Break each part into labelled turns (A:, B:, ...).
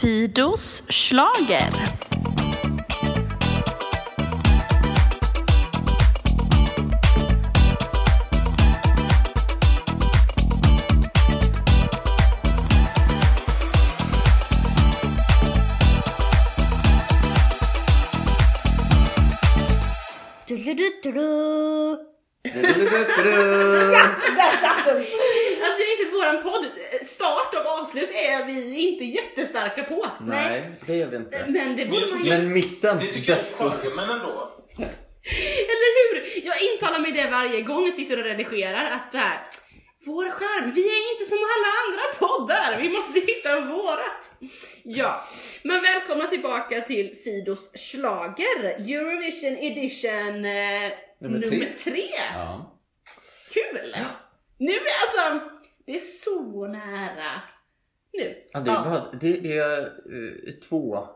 A: Tidos slager.
B: Alltså,
C: Du-du-du-du-du.
D: Du-du-du-du-du.
C: Där satt den!
B: Alltså jag är inte våran podd, start och avslut är vi inte jättestarka på.
D: Nej, det är vi inte.
B: Men det borde man ju.
D: Men mitten,
E: Det tycker jag
D: desto.
E: är charmen ändå.
B: Eller hur? Jag intalar mig det varje gång jag sitter och redigerar att det här, vår skärm, vi är inte som alla andra poddar, vi måste hitta vårat. Ja, men välkomna tillbaka till Fidos slager Eurovision edition eh,
D: Nummer
B: nummer,
D: tre.
B: tre.
D: Ja.
B: Kul! Nu är alltså, det är så nära nu.
D: Ja, det, är bara, det är eh, två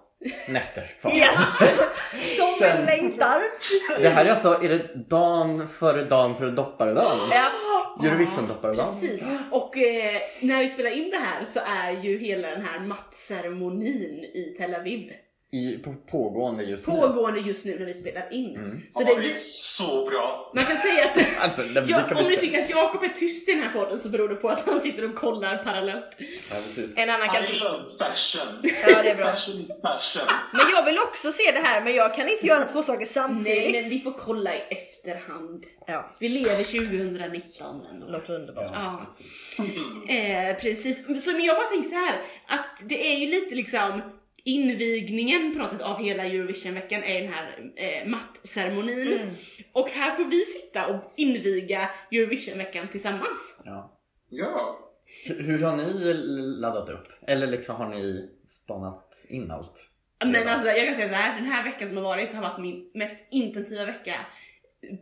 D: nätter kvar.
C: Yes! Som vi
D: Sen-
C: längtar!
D: Det här är alltså, är det dagen före dagen före dopparedagen?
B: Ja.
D: Eurovision-dopparedagen?
B: Precis, och eh, när vi spelar in det här så är ju hela den här mattceremonin i Tel Aviv
D: I, på, pågående just nu.
B: pågående just nu när vi spelar in.
D: Mm.
B: Så det
E: Ja, det är
B: vi,
E: så bra.
B: man kan säga att
D: Alltså, nej, men det kan
B: ja,
D: vi
B: om ni
D: inte-
B: tycker att Jakob är tyst i den här podden så beror det på att han sitter och kollar parallellt.
D: Ja, precis.
C: En annan kan
E: I love fashion.
C: Ja, det är bra.
E: Fashion is fashion.
C: Men jag vill också se det här, men jag kan inte göra två saker
B: Nej,
C: samtidigt.
B: men vi får kolla i efterhand.
C: Ja,
B: Vi lever 2019 ändå.
C: låter underbart.
B: Ja. Eh, precis. Så, men jag bara tänker så här att det är ju lite liksom invigningen på något sätt av hela Eurovisionveckan är den här eh, mattceremonin. Och här får vi sitta och inviga Eurovisionveckan tillsammans.
D: Ja.
E: Ja.
D: Hur, hur har ni laddat upp? Eller liksom har ni spanat in allt?
B: Men
D: Redan?
B: alltså jag kan säga så här, den här veckan som har varit har varit min mest intensiva vecka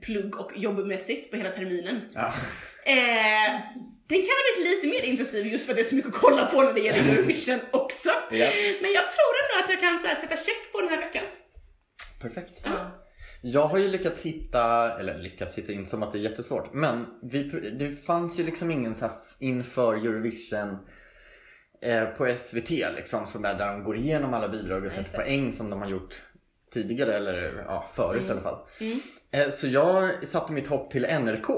B: plugg och jobbmässigt på hela terminen.
D: Ja.
B: Eh, den kan ha blivit lite mer intensiv just för att det är så mycket att kolla på när det gäller Eurovision också.
D: Ja.
B: Men jag tror ändå att jag kan så här, sätta check på den här veckan.
D: Perfekt.
B: Ja.
D: Jag har ju lyckats hitta, eller lyckats hitta, inte som att det är jättesvårt, men vi, pr- det fanns ju liksom ingen så här f- inför Eurovision eh, på SVT liksom, så där, där de går igenom alla bidrag och sätter poäng som de har gjort tidigare eller ja, förut i alla fall. Eh, så jag satte mitt hopp till NRK.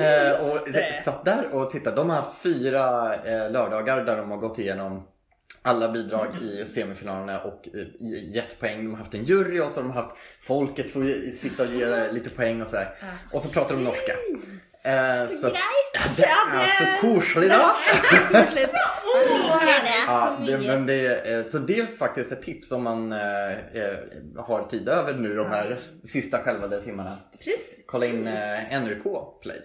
D: eh, och
C: det.
D: satt där och tittade. De har haft fyra eh, lördagar där de har gått igenom alla bidrag i
C: Mm.
D: semifinalerna och eh, gett poäng. De har haft en jury och så har de haft folket få i- sitta och ge
C: Mm.
D: eh, lite poäng och sådär. Och så pratar de norska. Eh, så
C: Grejt!
D: det är så koselig da! Ja, det, men det, eh, så det är faktiskt ett tips om man eh, eh, har tid över nu de här sista skälvade timmarna.
B: Precis.
D: Kolla in eh, NRK Play.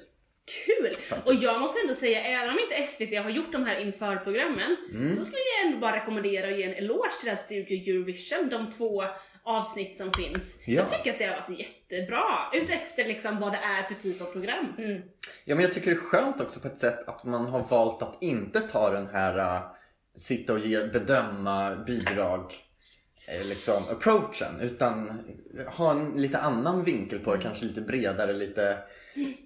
B: Kul! Och jag måste ändå säga, även om inte SVT har gjort de här införprogrammen,
D: Mm.
B: så skulle jag ändå bara rekommendera och ge en eloge till deras studio Eurovision, de två avsnitt som finns.
D: Ja.
B: Jag tycker att det har varit jättebra, utefter liksom vad det är för typ av program.
D: Mm. Ja, men jag tycker det är skönt också på ett sätt att man har valt att inte ta den här eh, sitta och ge, bedöma bidrag eh, liksom approachen utan ha en lite annan vinkel på det, kanske lite bredare, lite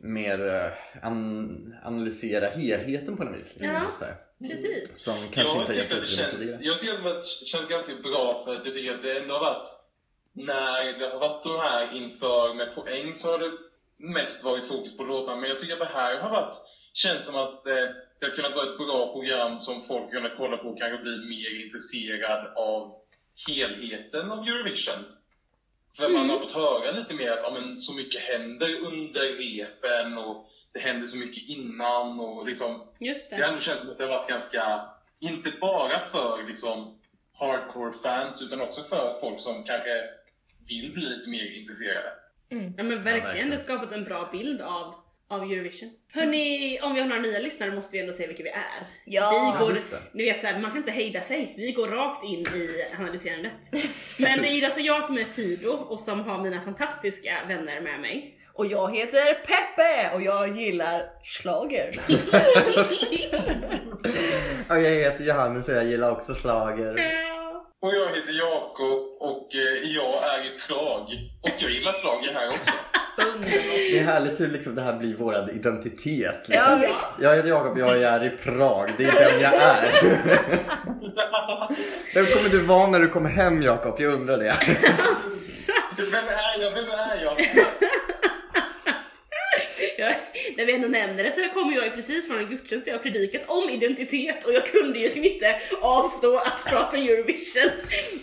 D: mer eh, an, analysera helheten på något vis. Liksom,
B: Ja.
D: så här.
B: Precis.
D: Som kanske
E: Jag
D: inte har gett
E: tycker att det
D: utrymme
E: känns,
D: tidigare.
E: jag tycker att det varit- känns ganska bra för att jag tycker att det ändå har varit när det har varit de här inför med poäng så har det mest varit fokus på låtarna men jag tycker att det här har varit känns som att eh, det har kunnat vara ett bra program som folk kunnat kolla på och kanske bli mer intresserad av helheten av Eurovision. För
D: Mm.
E: man har fått höra lite mer att ja, men, så mycket händer under repen och det händer så mycket innan och liksom
B: Just
E: det har
B: det.
E: ändå känts som att det har varit ganska, inte bara för liksom hardcore fans utan också för folk som kanske vill bli lite mer intresserade.
B: Ja men
D: Ja,
B: verkligen,
D: verkligen.
B: det har skapat en bra bild av, av Eurovision. Hörni, om vi har några nya lyssnare måste vi ändå säga vilka vi är.
C: Ja.
B: Vi går,
D: Ja, just det.
B: ni vet såhär, man kan inte hejda sig. Vi går rakt in i analyserandet. Men det är ju alltså jag som är Fido och som har mina fantastiska vänner med mig.
C: Och jag heter Peppe och jag gillar slager.
B: Alltså,
D: Och jag heter Johannes och jag gillar också slager.
E: Och jag heter Jakob och eh, jag är i Prag. Och jag gillar slaget här också.
B: Underbart.
D: Det är härligt hur liksom det här blir vår identitet.
C: Ja,
D: Liksom.
C: visst.
D: Jag heter Jakob, jag är i Prag. Det är den jag är. Vem kommer du vara när du kommer hem Jakob? Jag undrar det.
E: Vem är jag? Vem är jag?
B: Jag, när vi ändå nämner det så här kommer jag ju precis från en gudstjänst där jag har predikat om identitet och jag kunde ju inte avstå att prata Eurovision.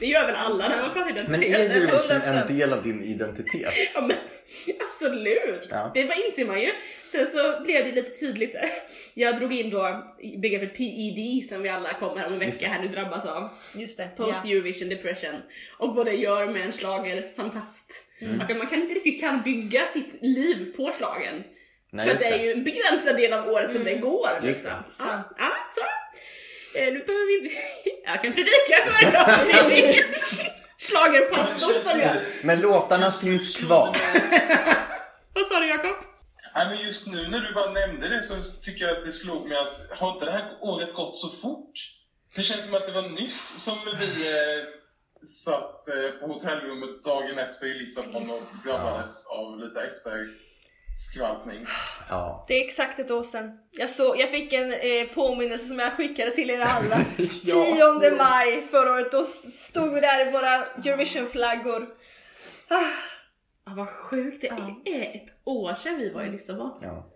B: Det gör väl alla när man pratar
D: Men
B: identitet?
D: är Eurovision
C: 100%.
D: en del av din identitet?
B: Ja, men, absolut!
D: Ja.
B: Det bara inser man ju. Sen så blev det lite tydligt. Jag drog in då begreppet PED E som vi alla kommer om en vecka här nu drabbas av.
C: Just det.
B: Post Eurovision Depression. Och vad det gör med en slager fantast.
D: Mm.
B: Att man kan inte riktigt kan bygga sitt liv på slagen
D: Nej,
B: för
D: just
B: det är
D: det.
B: ju en begränsad del av året som det går.
D: Just
B: Liksom.
D: det.
B: Ja, ja, så. Eh, nu behöver vi Jag kan predika för idag. Schlagerpastor som jag.
D: Men låtarna finns kvar.
B: Vad sa du Jakob?
E: Nej, men just nu när du bara nämnde det så tycker jag att det slog mig att har inte det här året gått så fort? Det känns som att det var nyss som vi eh, satt eh, på hotellrummet dagen efter i Lissabon och drabbades av lite efterskvalpning.
D: Ja.
C: Det är exakt ett år sedan. Jag, såg, jag fick en eh, påminnelse som jag skickade till er alla. 10 maj förra året, då s- stod vi där i våra Eurovision-flaggor.
B: Ja, vad sjukt, det är ett år sedan vi var i Lissabon.
D: ja.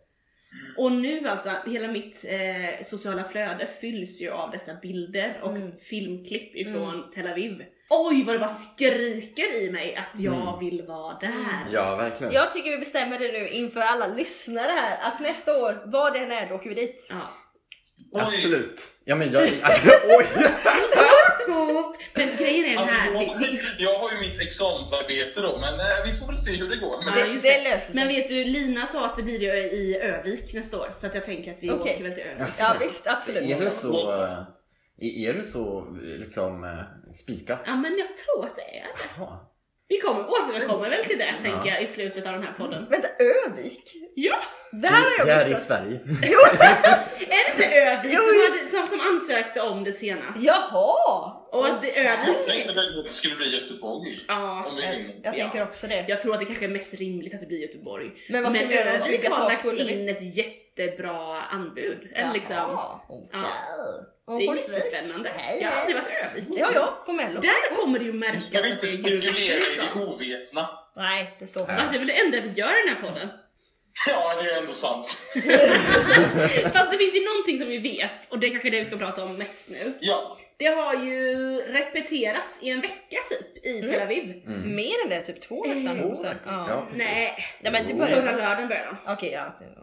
B: Och nu alltså, hela mitt eh, sociala flöde fylls ju av dessa bilder och filmklipp ifrån Tel Aviv. Oj vad det bara skriker i mig att jag vill vara där.
D: Ja, verkligen.
C: Jag tycker vi bestämmer det nu inför alla lyssnare här, att nästa år, vad det än är, då åker vi dit.
B: Ja.
E: Oj.
D: Absolut. Ja, men jag... Oj!
B: Jakob! Men grejen är den
E: Alltså,
B: här.
E: jag,
B: vi- vi-
E: jag har ju mitt examensarbete då, men eh, vi får väl se hur det går. Men
B: Ja,
C: det-
B: just
C: det löser sig.
B: Men vet du, Lina sa att det blir ju i Övik nästa år, så att jag tänker att vi
C: Okej.
B: åker väl till Övik.
C: Ja visst, absolut.
D: Är det så... eh, Är är det så eh, liksom eh, spikat?
B: Ja, men jag tror att det är.
D: Jaha.
B: Vi kommer återkomma väl till det, tänker jag, i slutet av den här podden.
C: Vänta, Övik?
B: Ja!
C: Det här har
D: Det
C: jag
D: här är i
C: missat.
D: Sverige.
B: Är det inte Övik
C: Jo,
B: som,
C: jo.
B: hade, som, som ansökte om det senast?
C: Jaha!
B: Och att det
E: jag
B: Övik...
E: tänkte väl att det skulle bli Göteborg.
B: Ja.
E: Om vi hinner.
C: Jag tänker
B: Ja.
C: också det.
B: Jag tror att det kanske är mest rimligt att det blir Göteborg.
C: Men vad ska vi göra då?
B: Övik
C: Vilka
B: har
C: tak
B: lagt
C: håller vi?
B: in ett jättebra anbud. Eller liksom,
C: Jaha,
B: det
C: okej.
B: är
C: Och
B: jättespännande.
C: Hej,
B: Jag har
C: hej.
B: aldrig varit i Övik.
C: Ja, ja, på mello.
B: Där kommer det ju märkas
E: Ska vi inte
B: att det är
E: spekulera i
B: Eurovision.
E: det ovetna?
C: Nej, det är så.
B: Ja, det är väl det enda vi gör i den här podden.
E: Ja, det är ändå sant.
B: Fast det finns ju någonting som vi vet, och det är kanske är det vi ska prata om mest nu.
E: Ja,
B: Det har ju repeterats i en vecka typ, i
C: Mm.
B: Tel Aviv.
E: Mm.
C: Mer än det, typ två nästan.
B: Mm.
C: Sen.
D: Ja,
C: Ja.
D: precis.
B: Nej,
C: Ja, men det
B: förra
C: börjar...
B: lördagen började de.
C: Okej, ja. ty- mm.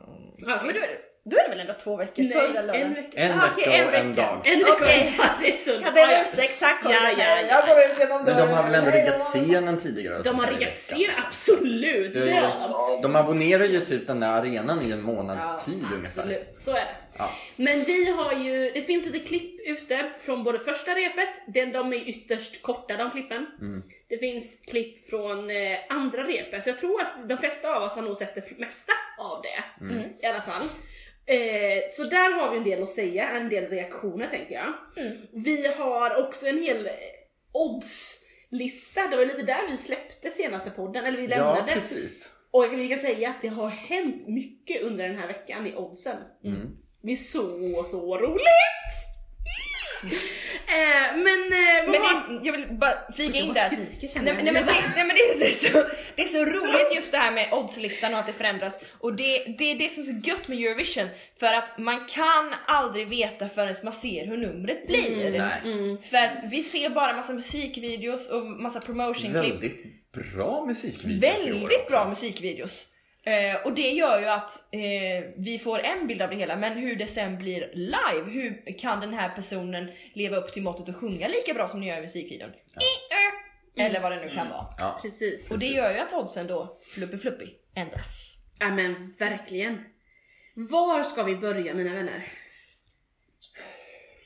B: Ja,
C: Men då är, det, då är det väl ändå två veckor? förra
B: Nej, en
C: lördagen.
B: vecka.
D: En
C: Ah, okej,
D: vecka
C: en
D: och en
C: vecka.
D: dag.
B: En vecka
C: Okej.
B: Ja, det är sunt.
C: Jag
B: Ja,
C: ber
B: ja.
C: om ursäkt, tack.
B: Ja,
C: Holger.
B: ja, ja.
C: Jag går ut genom
D: Men
C: dörren.
D: de har väl ändå
C: Hej då.
D: riggat scenen tidigare? och
B: De
D: sånt
B: har
D: där i
B: riggat
D: veckan.
B: scen, absolut.
D: Det är ju-
B: Ja,
D: De abonnerar ju typ den där arenan i en månads tid ungefär.
B: absolut. Så är det.
D: Ja.
B: Men vi har ju, det finns lite klipp ute från både första repet, den, de är ytterst korta de klippen.
D: Mm.
B: Det finns klipp från eh, andra repet, jag tror att de flesta av oss har nog sett det mesta av det.
D: Mm.
B: Mm, I alla fall. Eh, så där har vi en del att säga, en del reaktioner tänker jag. Vi har också en hel eh, oddslista, det var ju lite där vi släppte senaste podden, eller vi
D: Ja,
B: lämnade.
D: precis.
B: Och vi kan säga att det har hänt mycket under den här veckan i oddsen.
D: Mm.
B: Det är så, så roligt! eh, men eh, vad
C: Men
B: har...
C: det, jag vill bara flika in
B: Jag
C: där.
B: bara skriker, känner
C: Nej,
B: jag.
C: nej, men, det- nej men det är, det, är så, det är så roligt just det här med oddslistan och att det förändras. Och det, det är det som är så gött med Eurovision. För att man kan aldrig veta förrän man ser hur numret blir.
D: Mm,
B: Mm,
D: Nej.
C: För att vi ser bara massa musikvideos och massa promotionklipp.
D: Väldigt bra musikvideo i år
C: Väldigt
D: också.
C: bra musikvideos. Eh, och det gör ju att eh, vi får en bild av det hela, men hur det sen blir live, hur kan den här personen leva upp till måttet och sjunga lika bra som ni gör i musikvideon? I, ö, Eller vad det nu kan vara.
D: Ja.
B: Precis.
C: Och det gör ju att oddsen då, fluppy fluppy, ändras.
B: Ja men verkligen. Var ska vi börja mina vänner?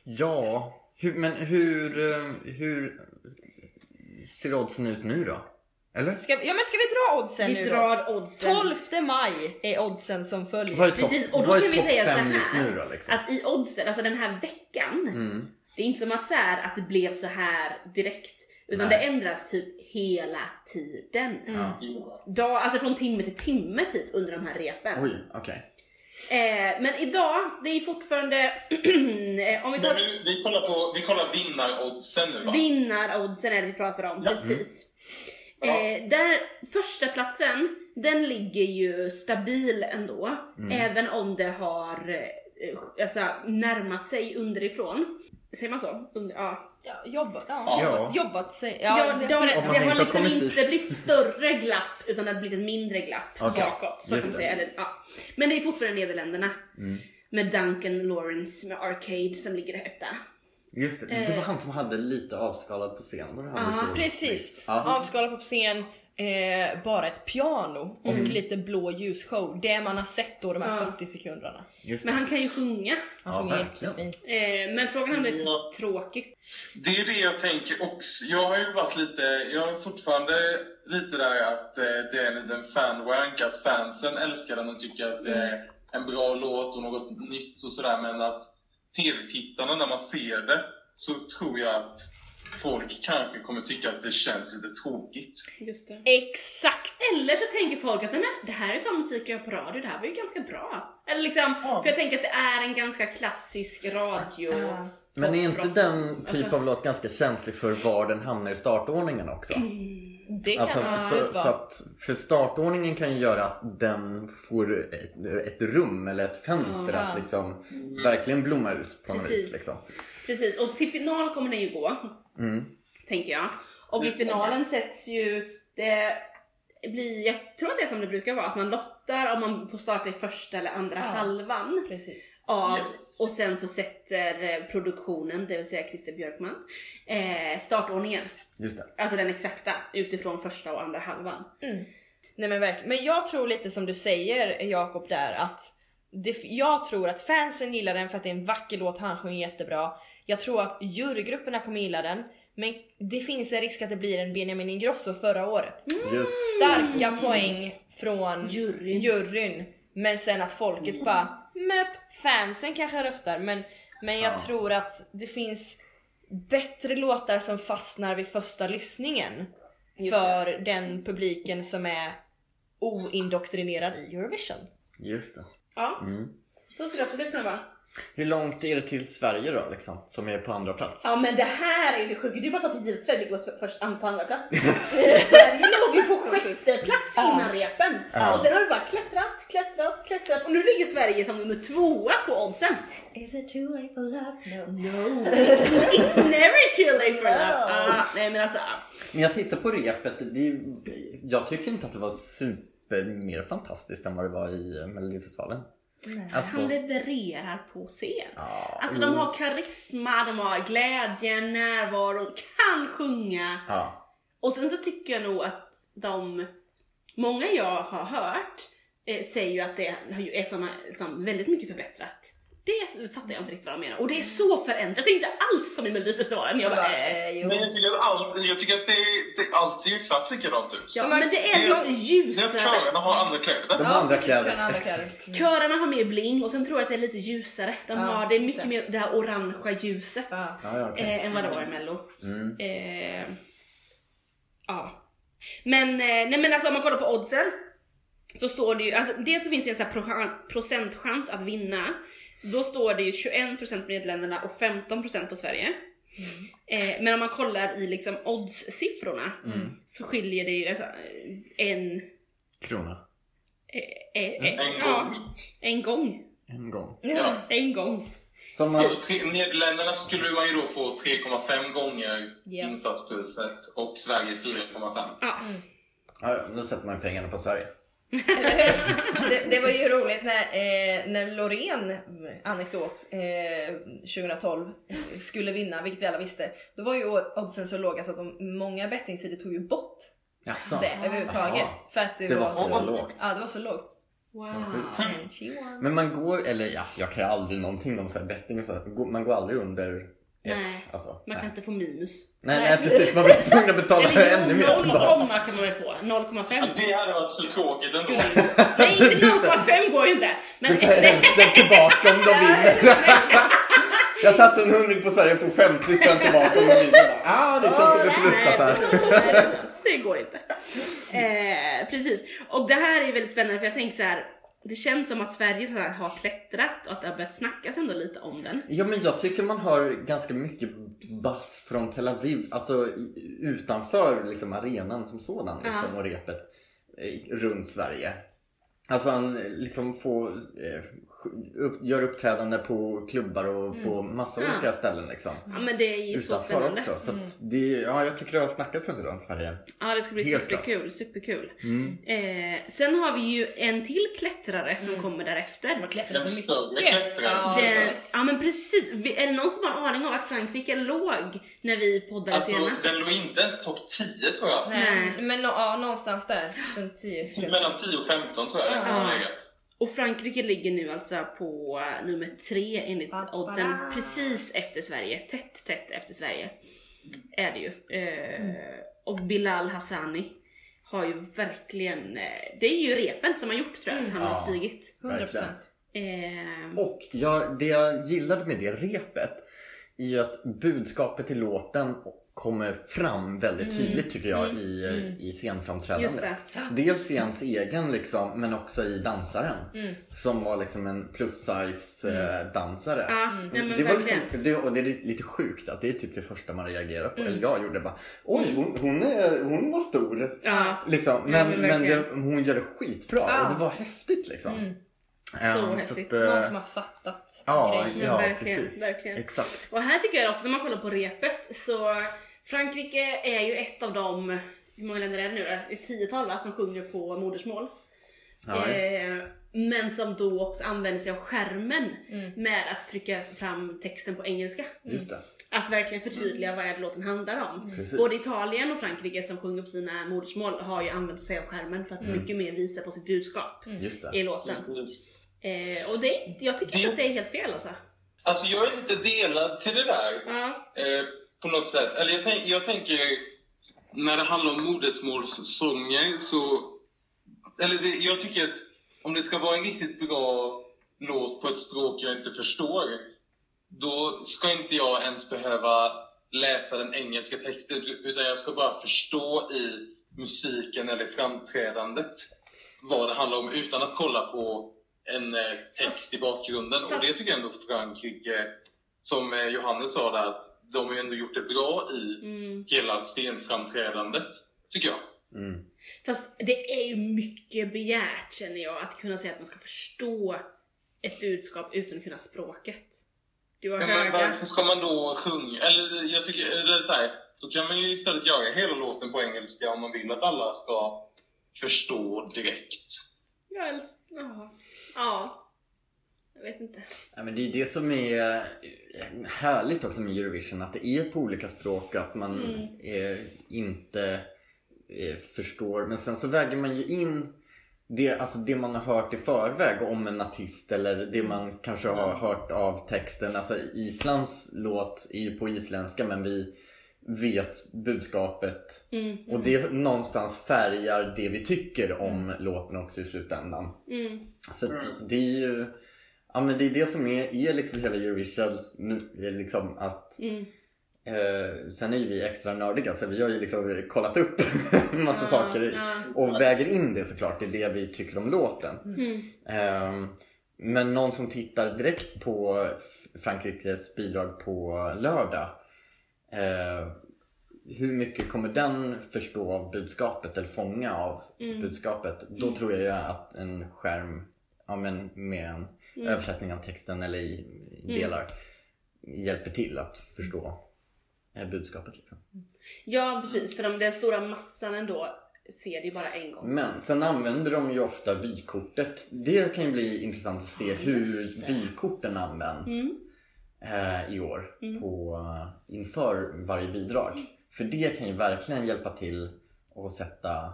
D: ja, hur, men hur, eh, hur ser oddsen ut nu då? Eller?
C: Ska, vi- ja men ska vi dra oddsen
B: Vi
C: nu
B: drar
C: då?
B: oddsen.
C: 12 maj är oddsen som följer.
D: Vad är
B: Precis,
D: topp-
B: och då
D: vad är
B: kan vi
D: topp
B: säga så
D: fem
B: här,
D: just nu då liksom?
B: Att i oddsen, alltså den här veckan,
D: Mm.
B: det är inte som att, så här, att det blev så här direkt. Utan
D: Nej. Mm.
B: det ändras typ hela tiden.
D: Ja.
E: Ja.
B: Dag, alltså från timme till timme typ under de här repen.
D: Oj, okej.
B: Eh, men idag, det är fortfarande... eh, om vi
E: Men
B: tar
E: nu, vi kollar på, vi kollar vinnaroddsen nu va?
B: vinnaroddsen är det vi pratar om,
E: Ja.
B: precis.
D: Mm.
E: Ja.
B: Eh, där första platsen den ligger ju stabil ändå.
D: Mm.
B: Även om det har eh, alltså, närmat sig underifrån. Säger man så? Under, ja,
C: Ja, jobbat, ja.
E: Ja.
C: Jobbat, jobbat sig. Ja,
B: Ja, de,
C: det-
B: det
D: Om man inte
B: har
D: har
B: liksom
D: kommit
B: inte
D: dit.
B: blivit större glapp utan det har blivit ett mindre glapp
D: Okej,
B: bakåt. Så
D: just
B: kan man
D: det.
B: säga. Eller, ja. Men det är fortfarande Nederländerna.
D: Mm.
B: Med Duncan Lawrence med Arcade som ligger etta.
D: Just det, det var han som hade lite avskalat på scenen. Det var han
B: Eh. Ja,
D: som-
C: Precis.
D: Ja.
C: Avskalat på scen. Eh, bara ett piano och
D: Mm.
C: lite blå ljusshow. Det man har sett då de här
B: Ja.
C: 40 sekunderna.
D: Just
B: Men
D: det.
B: han kan ju sjunga.
C: Han
D: Ja,
C: sjunger
D: verkligen.
C: jättefint.
B: Eh, men frågan är om det är
E: Ja.
B: tråkigt.
E: Det är det jag tänker också. Jag har ju varit lite, jag är fortfarande lite där att eh, det är en liten fanwank, att fansen älskar den och tycker att det är en bra låt och något nytt och sådär. Men att tv-tittarna, när man ser det, så tror jag att folk kanske kommer tycka att det känns lite tråkigt.
B: Just det.
C: Exakt!
B: Eller så tänker folk att "Nej, men det här är sån musik jag gör på radio, det här var ju ganska bra. Eller liksom,
E: Ja.
B: för jag tänker att det är en ganska klassisk radio.
C: Ja.
D: Men är inte den typ
B: Alltså-
D: av låt ganska känslig för var den hamnar i startordningen också?
B: mm.
C: Det kan
D: Alltså,
C: absolut
D: så, så
C: vara.
D: att, för startordningen kan ju göra att den får ett, ett rum eller ett fönster
C: Ja.
D: att liksom verkligen blomma ut på något
B: Precis.
D: vis. Liksom. Mm,
B: Precis, och till final kommer den ju gå. Tänker jag. Och i finalen sätts ju, det blir, jag tror att det är som det brukar vara, att man lottar om man får starta i första eller andra
C: Ja.
B: halvan.
C: Precis.
B: Av,
E: Yes.
B: Och sen så sätter eh, produktionen, det vill säga Christer Björkman, eh, startordningen.
D: Just det.
B: Alltså den exakta, utifrån första och andra halvan.
C: Nej men verkligen. Men jag tror lite som du säger Jakob där att det, jag tror att fansen gillar den för att det är en vacker låt, han sjunger jättebra. Jag tror att jurygrupperna kommer gilla den. Men det finns en risk att det blir en Benjamin Ingrosso förra året.
D: Mm. Just
C: Starka poäng från
B: Juryn. Mm.
C: juryn. Men sen att folket bara möp, fansen kanske röstar. Men, men jag
D: Ja.
C: tror att det finns bättre låtar som fastnar vid första lyssningen.
B: Just
C: för den publiken som är oindoktrinerad i Eurovision.
D: Just det.
B: Ja,
D: Mm.
B: så skulle det absolut kunna vara.
D: Hur långt är det till Sverige då liksom? Som är på andra plats?
B: Ja men det här är det sjuka, du bara tar för givet Sverige går först an på andra plats. Sverige låg ju på sjätte plats innan repen.
D: Ja.
B: Och sen har det bara klättrat, klättrat, klättrat och nu ligger Sverige som nummer tvåa på oddsen.
C: Is it too late for love? No.
B: No, it's, it's never too late for that. Ah, nej men alltså, ah.
D: Men jag tittar på repet. Det, är ju- jag tycker inte att det var super mer fantastiskt än vad det var i eh, Melodifestivalen. Alltså,
B: han levererar på scen.
D: ja,
B: Alltså
D: jo.
B: de har karisma, de har glädjen, närvaron, kan sjunga.
D: Ja.
B: Och sen så tycker jag nog att de, många jag har hört eh, säger ju att det har ju- är som, som väldigt mycket förbättrat. Det fattar jag inte riktigt vad de menar. Och det är så förändrat, det är inte alls som i Melodifestivalen. Jag bara, eh.
E: Men jag tycker att, all, jag tycker att det, det, allt ser ju exakt likadant ut.
B: ja, men det är så
E: Det är att
B: ljusare.
E: körerna har andra kläder.
D: De har andra kläder.
B: Körarna har mer bling och sen tror jag att det är lite ljusare. De
C: Ja,
B: har, det är mycket
C: exakt.
B: mer det här orangea ljuset
C: Ja.
D: Ja, ja, okej.
B: eh, än vad det var i Mello.
D: Mm.
B: Eh, ja. Men, eh, nej men alltså om man kollar på oddsen. Så står det ju, alltså dels så finns det en sån här pro- procentchans att vinna. Då står det ju 21% på Nederländerna och 15% på Sverige.
D: Mm.
B: Eh, men om man kollar i liksom oddssiffrorna så skiljer det ju alltså, eh, en,
D: Krona.
B: eh, eh,
E: En
B: ja,
E: gång.
B: en gång.
D: En gång.
E: Ja.
B: En gång.
D: Som
B: Typ.
D: man,
E: Alltså, tre- Nederländerna skulle man ju då få 3,5 gånger
C: Ja.
E: insatspriset och Sverige 4,5.
B: Ja.
D: ja, ja, nu sätter man ju pengarna på Sverige.
C: Det, det var ju roligt när, eh, när Loreen, anekdot, eh, 2012 skulle vinna, vilket vi alla visste. Då var ju oddsen så låga så att de, många bettingsidor tog ju bort
D: Jaså?
C: det överhuvudtaget.
D: Jaha.
C: För att det,
D: Det var så lågt.
C: Ja, det var så lågt.
B: Wow.
E: Mm.
C: And she won.
D: Men man går, eller alltså, jag kan ju aldrig någonting om så här betting och så. här. Gå- Man går aldrig under ett.
B: Nej.
D: Alltså,
B: Man kan
D: nej.
B: inte få minus.
D: Nej, nej precis, man blir tvungen att betala
B: Eller
D: ännu
B: jo,
D: mer
B: 0,
D: tillbaka.
B: kan man väl få. 0,5.
E: Det hade varit för tråkigt ändå.
B: Nej, inte 0,5 går ju inte. Men
D: Du får hälften tillbaka om de vinner. Jag satsar en hundring på Sverige och får 50 spänn tillbaka. Och min bara, ah, det känns som en förlustaffär.
B: precis. Nej, det är sant. Det går inte. Eh, precis. Och det här är väldigt spännande för jag tänker så här. Det känns som att Sverige så här har klättrat och att det har börjat snackas ändå lite om den.
D: Ja, men jag tycker man hör ganska mycket bass från Tel Aviv, alltså i- utanför liksom, arenan som sådan liksom,
B: Ja.
D: och repet eh, runt Sverige. Alltså han eh, liksom får, eh, sk- upp, gör uppträdande på klubbar och på massa
B: Mm. Ja.
D: olika ställen liksom.
B: Ja men det är ju så
D: Utanför
B: spännande. Mm.
D: också. Så att det, ja, jag tycker det har snackats en del om Sverige.
B: Ja det ska bli
D: Helt Mm.
B: superkul, superkul. Eh, sen har vi ju en till klättrare som kommer därefter.
C: Klättrar
E: Den
C: på mycket.
E: större klättraren.
C: Ja,
B: Den,
C: precis.
B: Eh, ja men precis, Vi- är det någon som har en aning om vart Frankrike låg när vi poddade
E: Alltså,
B: senast?
E: den låg inte ens topp 10 tror jag.
C: Nej.
B: Nej.
C: Men nå- ja, någonstans där. Runt 10
D: Mm.
E: Mellan 10 och 15 tror jag den kan
B: Ja.
E: ha legat.
B: Och Frankrike ligger nu alltså på eh, nummer tre enligt
C: Ba-ba-da.
B: oddsen, precis efter Sverige. Tätt, tätt efter Sverige. Är det ju. Eh, Och Bilal Hassani har ju verkligen, eh, det är ju repen som har gjort tror jag, att han har
E: Mm.
D: Ja.
B: stigit.
C: 100%.
B: Eh,
D: Verkligen. Och jag, det jag gillade med det repet är ju att budskapet i låten kommer fram väldigt tydligt tycker jag i, i scenframträdandet.
B: Mm. Just det.
D: Dels i hans egen liksom, men också i dansaren.
B: Mm.
D: Som var liksom en plus size eh, dansare.
B: Ja, mm. nej, men
D: det var
B: verkligen. Mm.
D: liksom, det, och det är lite sjukt att det är typ det första man reagerar på. Eller jag gjorde bara, oj hon, hon, är, hon var stor.
B: ja,
D: Liksom. Men,
B: men
D: men det,
B: verkligen. Mm.
D: hon gör det skitbra
C: Ja.
D: och det var häftigt liksom. Eh,
B: Så
D: att,
B: häftigt.
D: eh,
C: Någon som har fattat
D: Ja,
C: grejen.
D: ja
B: verkligen,
D: precis.
B: verkligen.
D: Exakt.
B: Och här tycker jag också, när man kollar på repet, så Frankrike är ju ett av de, hur många länder är det nu? Ett tiotal va, som sjunger på modersmål.
D: Ja.
B: Eh, men som då också använder sig av skärmen med att trycka fram texten på engelska.
D: Just det.
B: Att verkligen förtydliga vad är det låten handlar om.
D: Precis.
B: Både Italien och Frankrike som sjunger på sina modersmål har ju använt sig av skärmen för att
D: Mm.
B: mycket mer visa på sitt budskap
D: Just det.
B: i låten.
E: Precis.
B: Eh, och det, är- jag tycker
E: Det-
B: inte att det är helt fel alltså.
E: Alltså jag är lite delad till det där.
B: Ja,
E: Eh, på något sätt. Eller jag, tänk, jag tänker, när det handlar om modersmålssånger så... Eller det, jag tycker att om det ska vara en riktigt bra låt på ett språk jag inte förstår, då ska inte jag ens behöva läsa den engelska texten, utan jag ska bara förstå i musiken eller framträdandet vad det handlar om utan att kolla på en eh, text i bakgrunden. Och det
B: fast-
E: tycker jag ändå Frankrike som eh, Johannes sa där, att de har ju ändå gjort det bra i
B: mm.
E: hela scenframträdandet, tycker jag.
D: Mm.
B: Fast det är ju mycket begärt känner jag, att kunna säga att man ska förstå ett budskap utan att kunna språket. Du har
E: Ja,
B: höga...
E: men varför ska man då sjunga? Eller jag tycker, eller så här, då kan man ju istället göra hela låten på engelska om man vill att alla ska förstå direkt.
B: Jag älskar... Ja. ja. Jag vet inte.
D: Ja, men det är det som är eh, härligt också med Eurovision, att det är på olika språk och att man
B: Mm.
D: eh, inte eh, förstår. Men sen så väger man ju in det, alltså det man har hört i förväg om en artist eller
B: Mm.
D: det man kanske har hört av texten. Alltså Islands låt är ju på isländska men vi vet budskapet
B: Mm.
D: och det någonstans färgar det vi tycker om låten också i slutändan.
B: Mm.
D: Så att det är ju ja, men det, är det som är, är liksom hela Eurovision. Nu, är liksom att,
B: Mm.
D: eh, sen är ju vi extra nördiga så vi har ju liksom kollat upp en massa saker i,
B: ja.
D: och väger in det såklart. Det är det vi tycker om låten.
B: Mm.
D: Ehm, men någon som tittar direkt på Frankrikes bidrag på lördag. Eh, hur mycket kommer den förstå av budskapet eller fånga av
B: Mm.
D: budskapet? Då tror jag ju att en skärm ja, men med en
B: Mm.
D: översättning av texten eller i i delar hjälper till att förstå eh, budskapet. Liksom.
B: Ja, precis. För om den stora massan ändå ser det ju bara en gång.
D: Men sen använder de ju ofta vykortet. Det kan ju bli intressant att se hur vykorten används eh, i år på, eh, inför varje bidrag. För det kan ju verkligen hjälpa till att sätta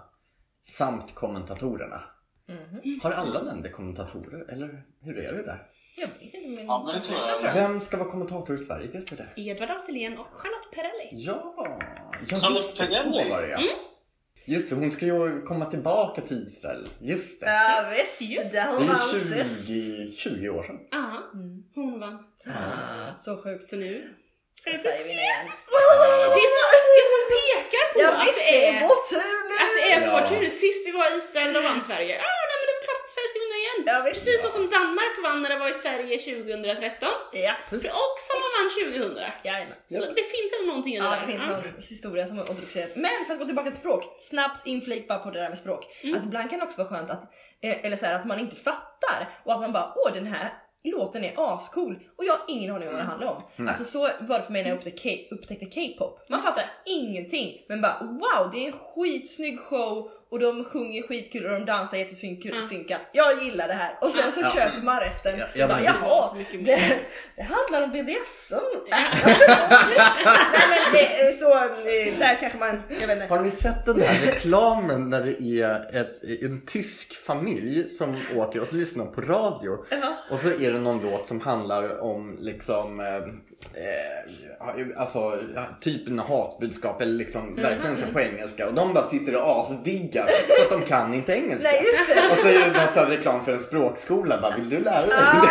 D: samt kommentatorerna.
C: Mhm.
D: Har alla länder kommentatorer eller hur är det där?
C: Jag vet inte, men...
E: Ja, men det tror jag.
D: Vem ska vara kommentator i Sverige? Vet du det?
B: Edvard af Sillén och Charlotte Perrelli.
D: Ja, ja
E: Charlotte
D: just det, så
E: Perrelli.
D: var det
B: Mm.
D: ja. Just det, hon ska ju komma tillbaka till Israel. Just det.
C: Ja visst,
B: Just
C: där
D: Det
C: hon var
D: är
C: hos oss.
D: 20, 20 år sedan.
B: Ja.
C: Mm.
B: Hon vann.
C: Så sjukt.
B: Så nu ska det
C: Sverige
B: bli
C: vinner igen.
B: Det är så mycket som pekar på
C: Ja
B: att,
C: visst,
B: det är,
C: vår tur
B: att
C: nu!
B: det är vår
D: Ja.
B: tur. Sist vi var i Israel då vann Sverige. Ja, nej, men det är klart att Sverige ska vinna igen.
C: Ja, visst.
B: Precis så som Danmark vann när det var i Sverige 2013
C: Ja,
B: och som man vann 2000.
C: jajamän.
B: Så det finns ändå någonting Mm. i det
C: Ja,
B: där.
C: det finns
B: Ja.
C: någon historia som är återupprepad. Men för att gå tillbaka till språk, snabbt inflik bara på det där med språk.
B: Mm.
C: Att ibland kan det också vara skönt att, eh, eller så här, att man inte fattar och att man bara åh den här låten är ascool och jag har ingen aning om
B: Mm.
C: vad det handlar om.
D: Nej.
C: Alltså så var det för mig när jag upptäckte K- upptäckte K-pop. Man fattar ingenting men bara wow det är en skitsnygg show och de sjunger skitkul och de dansar
B: Mm.
C: jättesynkat. Jag gillar det här och sen så
D: Ja.
C: köper man resten.
D: Ja,
C: Ja,
D: ja,
C: bara,
D: men visst.
C: Jaha,
B: Så mycket mer.
C: det, det handlar om BDSM.
B: Ja.
C: Nej men det, är så, eh, där kanske man, jag vet inte.
D: Har ni sett den där reklamen när det är ett, en tysk familj som åker och så lyssnar på radio och så är det någon låt som handlar om liksom eh, eh, alltså typen av hatbudskap eller liksom verkligen så på engelska och de bara sitter och asdiggar för att de kan inte engelska.
C: Nej just det.
D: Och så är det någon sån här reklam för en språkskola. Bara, vill du lära dig? Alltså,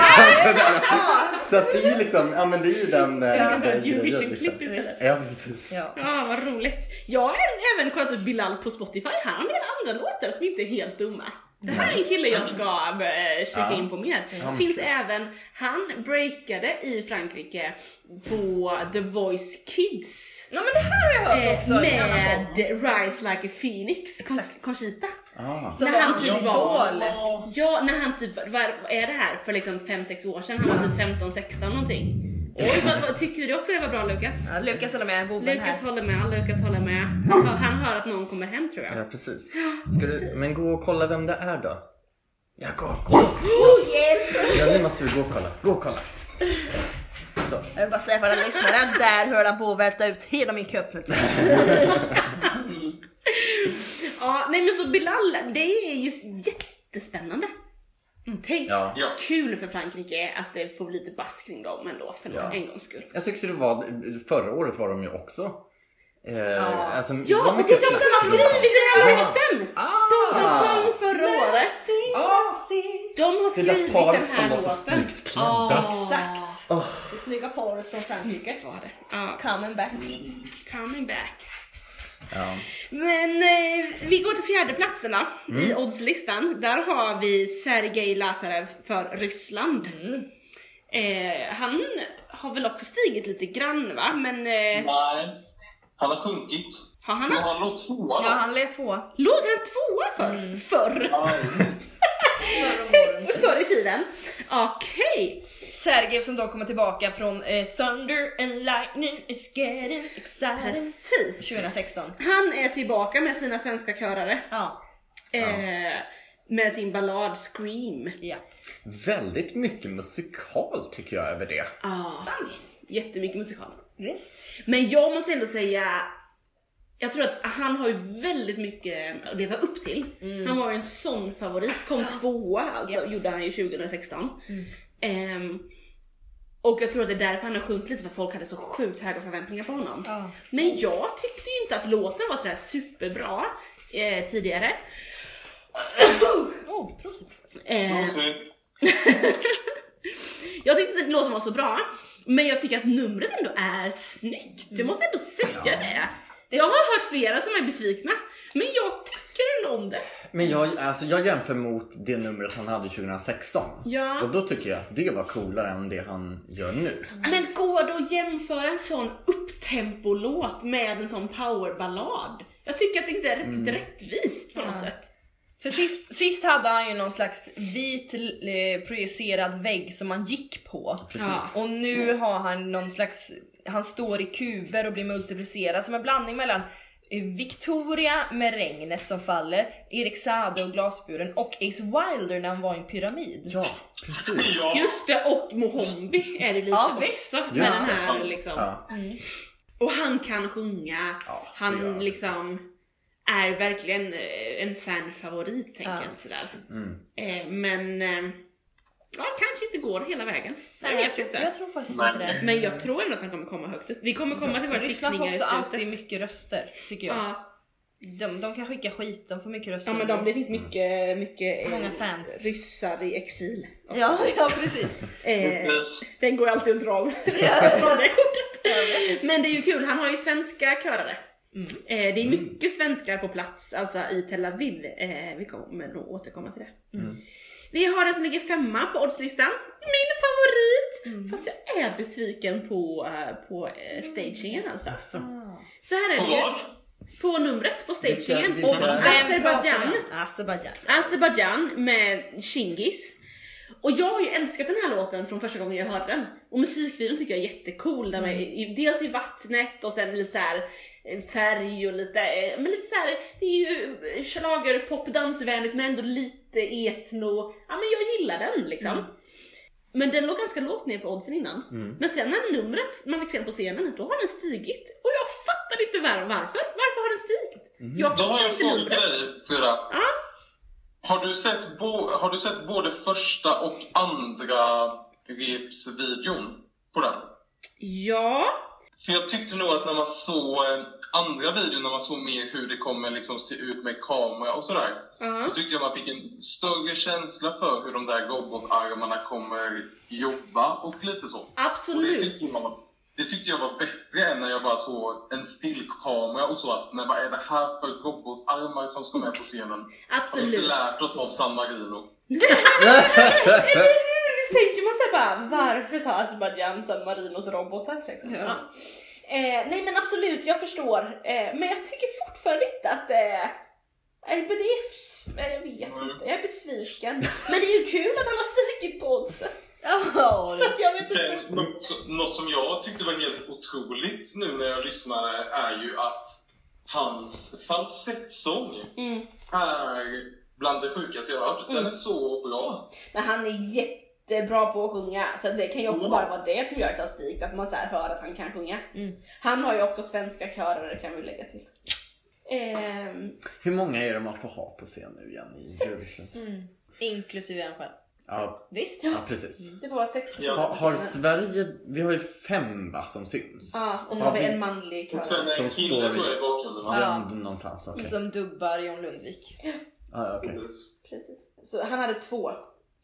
D: det? så att det är liksom, ja men det är ju den... eh,
B: Så jag kan ta
D: den
B: ett
D: grejen,
B: Eurovision-klipp
D: liksom.
B: istället.
D: Ja precis.
C: Ja.
B: Ja, vad roligt. Jag har även kollat upp Bilal på Spotify. Här har han en del andra låtar som inte är helt dumma. Det här är en kille jag ska eh, kika
D: Ja.
B: in på mer.
D: Mm.
B: Finns även, han breakade i Frankrike på The Voice Kids.
C: Ja men det här har jag hört
B: Eh,
C: också i en annan
B: med
C: podd.
B: Rise Like a Phoenix, Con- Conchita.
D: Ah.
C: Så
B: när
C: var
B: han
C: han
B: typ
C: idol.
B: var- Ja, när han typ, vad vad är det här? För liksom 5-6 år sedan, han var typ 15, 16 någonting. Oj, vad, vad, tycker du också det var bra Lukas?
C: Ja, Lukas håller med, boven här.
B: Lukas håller med, Lukas håller med. Han hör, han hör att någon kommer hem tror jag.
D: Ja precis. Ska du, men gå och kolla vem det är då. Ja gå, gå.
C: Oh, hjälp!
D: Ja nu måste vi gå och kolla. Gå och kolla. Så.
C: Jag vill bara säga för alla lyssnare, där höll han på att välta ut hela min kopp med te.
B: Ja, nej men så Bilal, det är ju jättespännande. Mm, Tänk,
D: Ja.
E: Ja.
B: kul för Frankrike att det får bli lite bass kring dem ändå för
D: Ja.
B: en gångs skull.
D: Jag tyckte det var, förra året var de ju också. Eh, ja, alltså,
B: Ja, och det är de som har skrivit den här låten! De som
D: Ah.
B: sjöng förra året, de har
D: Det där
B: skrivit
D: paret
B: den
D: som
B: här
D: var så
B: låten.
D: snyggt klädda.
C: Exakt.
D: Åh.
C: Det snygga paret från Frankrike.
B: Snyggt var det. Ja,
C: Coming back.
B: coming back.
D: Ja.
B: Men eh, vi går till fjärdeplatserna i oddslistan. Där har vi Sergej Lazarev för Ryssland. Eh, han har väl också stigit lite grann va? Men eh,
E: Nej, han har sjunkit.
B: har han
E: Men han låg tvåa
C: Ja,
E: då.
C: han låg tvåa.
B: låg han tvåa för? Förr?
E: Ja,
B: Förr i tiden? Okej.
C: Sergej som då kommer tillbaka från eh, Thunder and Lightning is getting exciting.
B: Precis.
C: 2016.
B: Han är tillbaka med sina svenska körare.
C: Ja,
B: Eh, med sin ballad Scream.
C: ja.
D: Väldigt mycket musikal tycker jag över det.
B: Ah,
C: Sant.
B: jättemycket musikal.
C: Visst.
B: Men jag måste ändå säga, jag tror att han har ju väldigt mycket att leva upp till. Han var ju en sån favorit, kom tvåa alltså, gjorde han ju 2016. Ehm, och jag tror att det är därför han har sjunkit lite, för folk hade så sjukt höga förväntningar på honom.
C: Ja.
B: Men jag tyckte ju inte att låten var sådär superbra eh, tidigare.
C: Oh, prosit.
B: Ehm,
E: absolut.
B: Jag tyckte inte låten var så bra, men jag tycker att numret ändå är snyggt. Jag måste ändå säga det. Jag har hört flera som är besvikna, men jag tycker ändå om det.
D: Men jag, alltså, jag jämför mot det numret han hade 2016.
B: Ja.
D: Och då tycker jag att det var coolare än det han gör nu.
B: Men går det att jämföra en sån upptempo-låt med en sån powerballad? Jag tycker att det inte är riktigt
D: Mm.
B: rättvist på något
C: Ja.
B: sätt.
C: För sist, sist hade han ju någon slags vit eh, projicerad vägg som han gick på.
D: Precis.
B: Ja.
C: Och nu har han någon slags, han står i kuber och blir multiplicerad som en blandning mellan eh, Victoria med regnet som faller, Erik Saade och glasburen och Ace Wilder när han var i en pyramid.
D: Ja, precis.
E: Ja.
B: Just det, och Mohombi är det lite
C: Ja, visst.
B: också. Med
D: Just
B: den
D: det.
B: här, liksom.
D: Ja.
B: Och han kan sjunga,
D: Ja, det gör
B: han
D: han.
B: liksom är verkligen eh, en fanfavorit tänker
C: Ja.
B: jag sådär.
D: Mm.
B: Eh, men eh, ja, kanske inte går hela vägen. Det
C: jag,
B: vet jag
C: tror,
B: inte.
C: jag tror faktiskt inte det.
B: Men jag tror ändå att han kommer komma högt upp. Vi kommer komma till våra
C: Ryssland får
B: tippningar i
C: också alltid
B: slutet.
C: mycket röster tycker jag.
B: Ja.
C: De, de kan skicka skit, de får mycket röster.
B: Ja men de, det finns
D: Mm.
B: mycket, mycket eh,
C: Många fans.
B: ryssar i exil.
C: Ja, ja precis.
D: Mm.
B: Eh,
E: Precis.
B: den går alltid att dra om. Dra det kortet. Men det är ju kul, han har ju svenska körare.
C: Mm.
B: Eh, det är mycket svenskar på plats, alltså i Tel Aviv. Eh, vi kommer nog återkomma till det.
D: Mm.
B: Vi har den som ligger femma på oddslistan. Min favorit!
C: Mm.
B: Fast jag är besviken på, eh, på eh, stagingen alltså.
C: Ah.
B: Så här är
E: På
B: det ju.
E: vad?
B: På numret på stagingen.
D: Vilka- vilka
B: Och
D: är
C: Vem pratar
B: Azerbajdzjan.
C: vi om? Azerbajdzjan.
B: Azerbaijan med Chingis. Och jag har ju älskat den här låten från första gången jag hörde den. Och musikvideon tycker jag är jättecool. Där med, i- dels i vattnet och sen lite så här eh, färg och lite, eh, men lite så här, det är ju eh, schlager, pop, dansvänligt men ändå lite etno. Ja men jag gillar den liksom. Men den låg ganska lågt ner på oddsen innan.
D: Mm.
B: Men sen när numret man fick se den på scenen, då har den stigit. Och jag fattar inte var- varför. Varför har den stigit? Jag
E: Då har
B: fattar
E: jag en
B: inte
E: fråga till
B: numret.
E: dig, Frida.
B: Ja.
E: Har du, sett bo, har du sett både första och andra Vips-videon på den?
B: Ja,
E: För jag tyckte nog att när man såg eh, andra videon, när man såg mer hur det kommer liksom se ut med kamera och sådär,
B: Ja.
E: så tyckte jag man fick en större känsla för hur de där robotarmarna kommer jobba och lite så. Och det,
B: absolut.
E: tyckte jag var, det tyckte jag var bättre än när jag bara såg en stillkamera och så att, men vad är det här för robotarmar som ska med på scenen? Har vi inte
B: Absolut.
E: lärt oss av San Marino?
B: Visst tänker man sig bara, varför tar Azerbajdzjan San Marinos robotar? Liksom?
C: Ja.
B: Ja. Eh, nej men absolut, jag förstår. Eh, men jag tycker fortfarande inte att eh, nej, men det är... f- nej, Jag vet
E: Mm.
B: inte, jag är besviken. Men det är ju kul att han har stigit på oddsen.
C: Ja,
B: Så att jag vet inte.
E: Sen, något som- något som jag tyckte var helt otroligt nu när jag lyssnade är ju att hans falsettsång
B: Mm.
E: är bland det sjukaste jag har hört. Den
B: Mm.
E: är så bra.
B: Men han är jättebra på att sjunga, så det kan ju också
E: Mm.
B: bara vara det som gör att han stigit, att man så här hör att han kan sjunga.
C: Mm.
B: Han har ju också svenska körare kan vi lägga till. Ehm,
D: Hur många är det man får ha på scen nu igen i Eurovision?
C: Mm. Inklusive en själv.
D: Ja,
C: Visst?
D: ja, precis.
B: Det var sex personer.
E: Ja.
D: Ha, har Sverige, vi har ju fem va, som syns?
B: Ja, och så har vi en manlig kör.
E: Och sen är
D: Som
E: en kille
D: står
E: tror jag
D: i-
E: i bakgrunden va?
C: Ja.
D: Gömd någonstans, okej.
C: Som dubbar John Lundvik.
D: Ja, okej.
E: Precis.
B: Precis. Så han hade två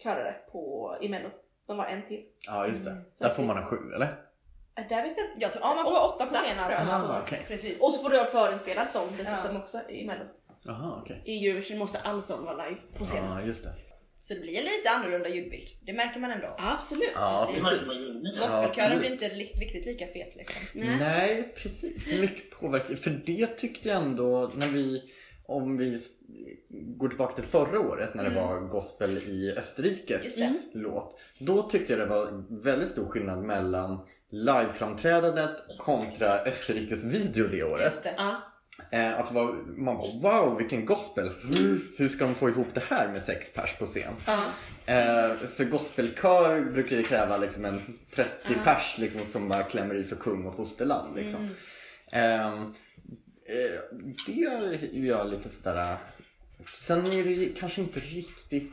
B: körare på, i Mello. De var en till.
D: ja just
B: Mm,
D: det. Där får man en sju eller?
B: Äh, Där vet jag inte.
C: Ja, så, ja man får åtta på
B: Åtta,
C: scenen alltså.
B: tror
D: jag.
C: Man får-
D: Ah, okej.
C: Precis.
B: Och så får du ha förinspelad sång dessutom också i Mello.
D: Jaha okej.
B: I Eurovision måste all sång vara live på scenen.
D: Ja just det.
C: Så det blir lite annorlunda ljudbild. Det märker man ändå.
B: Absolut.
D: Ja
E: Det märker man
D: precis.
E: ju mycket.
C: Gospelkören
D: absolut.
C: blir inte li- riktigt lika fet liksom.
B: Nej.
D: Nej, precis. Hur mycket påverkar För det tyckte jag ändå när vi, om vi går tillbaka till förra året när det var gospel i Österrikes
C: Mm. Just det.
D: låt. Då tyckte jag det var väldigt stor skillnad mellan liveframträdandet kontra Österrikes video det
C: Just
D: året.
C: det.
B: Ja.
D: Eh, att det var, man bara wow vilken gospel! Hur ska de få ihop det här med sex pers på scen?
B: Mm. Ja.
D: Eh, för gospelkör brukar ju kräva liksom en 30 pers liksom, som bara klämmer i för kung och fosterland. Liksom.
B: Mm.
D: Ehm, Eh, det gör jag lite sådär... eh. Sen är det ju kanske inte riktigt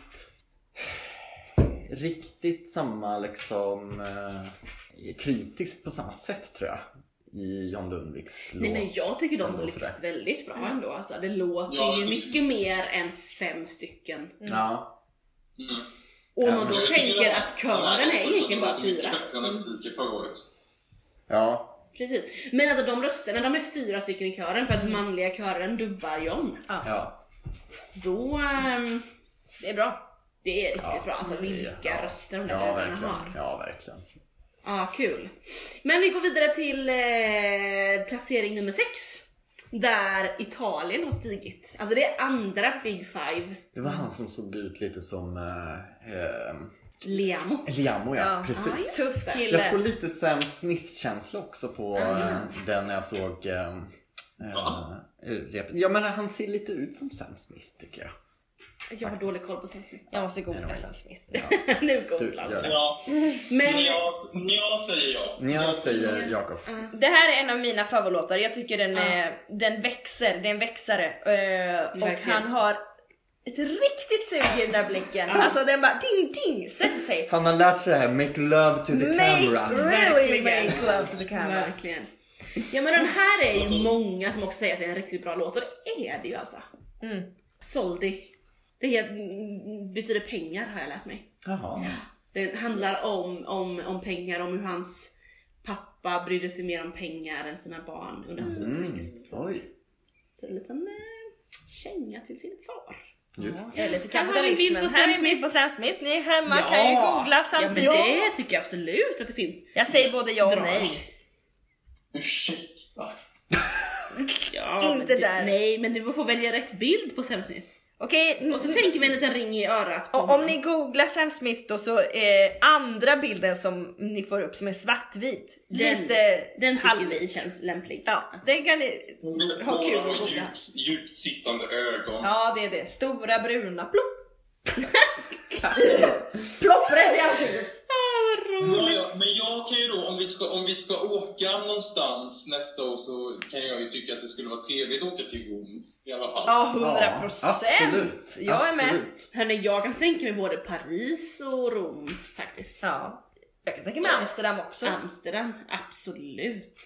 D: riktigt samma liksom eh, kritiskt på samma sätt tror jag i John Lundviks låt.
B: Nej men jag tycker de
D: Ändå
B: lyckas
D: sådär.
B: väldigt bra ändå. Alltså, det låter
E: Ja,
B: ju
E: det-
B: mycket mer än fem stycken.
D: Ja,
E: Mm.
B: Och om man
D: men
B: då
E: Jag tycker
B: tänker
E: de-
B: att
E: de här
B: kören är
E: gospelkören
B: egentligen bara
E: låter mycket
B: fyra.
E: bättre än Österrike förra året.
D: ja,
B: Precis. Men alltså de rösterna, de är fyra stycken i kören för att manliga kören dubbar John.
D: ja.
B: Då... ehm,
C: Det är bra.
B: det är riktigt
D: Ja,
B: bra. Alltså
D: det är-
B: vilka
D: ja.
B: röster de där
D: Ja,
B: grabbarna
D: verkligen.
B: har. Ja,
D: Ja, verkligen.
B: kul. Men vi går vidare till eh, placering nummer sex. Där Italien har stigit. Alltså det är andra Big Five.
D: Det var han som såg ut lite som eh, eh,
B: Liamo.
D: Liamo ja,
C: Ja.
B: Ah,
D: precis.
B: just det. Mm.
C: Tuff
D: jag
C: kille.
D: får lite Sam Smith-känsla också på eh, den när jag såg eh, eh,
E: Va?
D: repet. Ja men han ser lite ut som Sam Smith tycker jag.
B: Jag har dålig koll på Sam Smith.
C: Jag måste googla
D: Anyways.
C: Sam Smith.
D: Ja.
B: nu
D: Du,
B: googlas
D: gör
B: det.
D: det.
E: Ja,
B: Men...
E: nja, nja säger jag.
D: Nja, säger Jakob.
C: Det här är en av mina favoritlåtar. Jag tycker den, är, den växer. Det är en växare. Eh, och
B: Verkligen.
C: han har ett riktigt sug i den där blicken.
B: Ja.
C: Alltså den bara ding ding sätter sig.
D: Han har lärt sig det här, make love to the
C: Make
D: camera.
C: really
B: Verkligen.
C: make love to the camera.
B: Verkligen. Ja men den här är
E: Alltså-
B: ju många som också säger att det är en riktigt bra låt och det är det ju alltså.
C: Mm.
B: Soldi. Det är- mm, betyder pengar har jag lärt mig.
D: Jaha.
B: Den handlar om, om, om pengar, om hur hans pappa brydde sig mer om pengar än sina barn under hans
D: Mm.
B: uppväxt.
D: Oj.
B: Så en liten eh, känga till sin far.
D: Just
C: Jag är lite
B: Kan man ha en bild på
C: kapitalismen.
B: Sam
C: Här är en bild
B: Smith?
C: på Sam Smith. Ni är hemma
B: Ja.
C: kan ju googla
B: Ja
C: samtidigt.
B: men det tycker jag absolut att det finns.
C: Jag säger både ja och
B: Drag.
C: nej.
E: Ursäkta.
B: Ja, men
C: Inte
B: du,
C: där.
B: Nej men du får välja rätt bild på Sam Smith.
C: Okej, n-
B: Och så tänker vi en liten ring i örat på
C: och om ni googlar Sam Smith då så eh, andra bilden som ni får upp som är svartvit.
B: Den-
C: lite
B: Den tycker
C: halv-
B: vi känns lämplig.
C: Ja, den kan ni...
E: Båda
C: Ha kul och
E: har
C: googla.
E: djupt, djupt sittande ögon.
C: Ja det är det. Stora bruna plopp. plopp rätt i ansiktet.
E: Men jag, men jag kan ju då, om vi, ska, om vi ska åka någonstans nästa år så kan jag ju tycka att det skulle vara trevligt att åka till Rom i alla fall.
C: Ja, 100
D: absolut.
C: procent. Jag är med.
D: Absolut.
B: Hörni, jag kan tänka mig både Paris och Rom faktiskt.
C: Ja. Jag kan tänka mig Amsterdam också.
B: Amsterdam, absolut.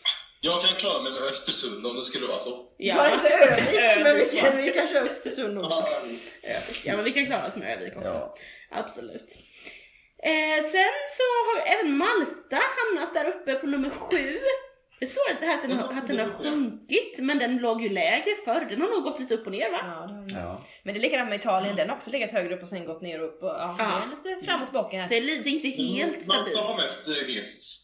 E: Jag kan klara mig med Östersund om det skulle vara så.
B: Ja.
C: Var inte Örnsköldsvik, men vi
B: Örnsköldsvik.
C: kan, vi kan köra Östersund också.
B: Ja men vi kan klara oss med Ö-vik också.
D: Ja.
B: Absolut. Eh, sen så har ju även Malta hamnat där uppe på nummer sju. Det står inte här att den, har, att den har sjunkit, men den låg ju lägre förr. Den har nog gått lite upp och ner va?
C: Ja, det har vi.
D: Ja.
C: Men det är likadant med Italien, den har också legat högre upp och sen gått ner och upp. Och, ja,
B: Ja.
C: Det är lite fram och tillbaka här.
B: Det är, li- det är inte
C: Mm.
B: helt stabilt.
E: Malta har mest eh, rest.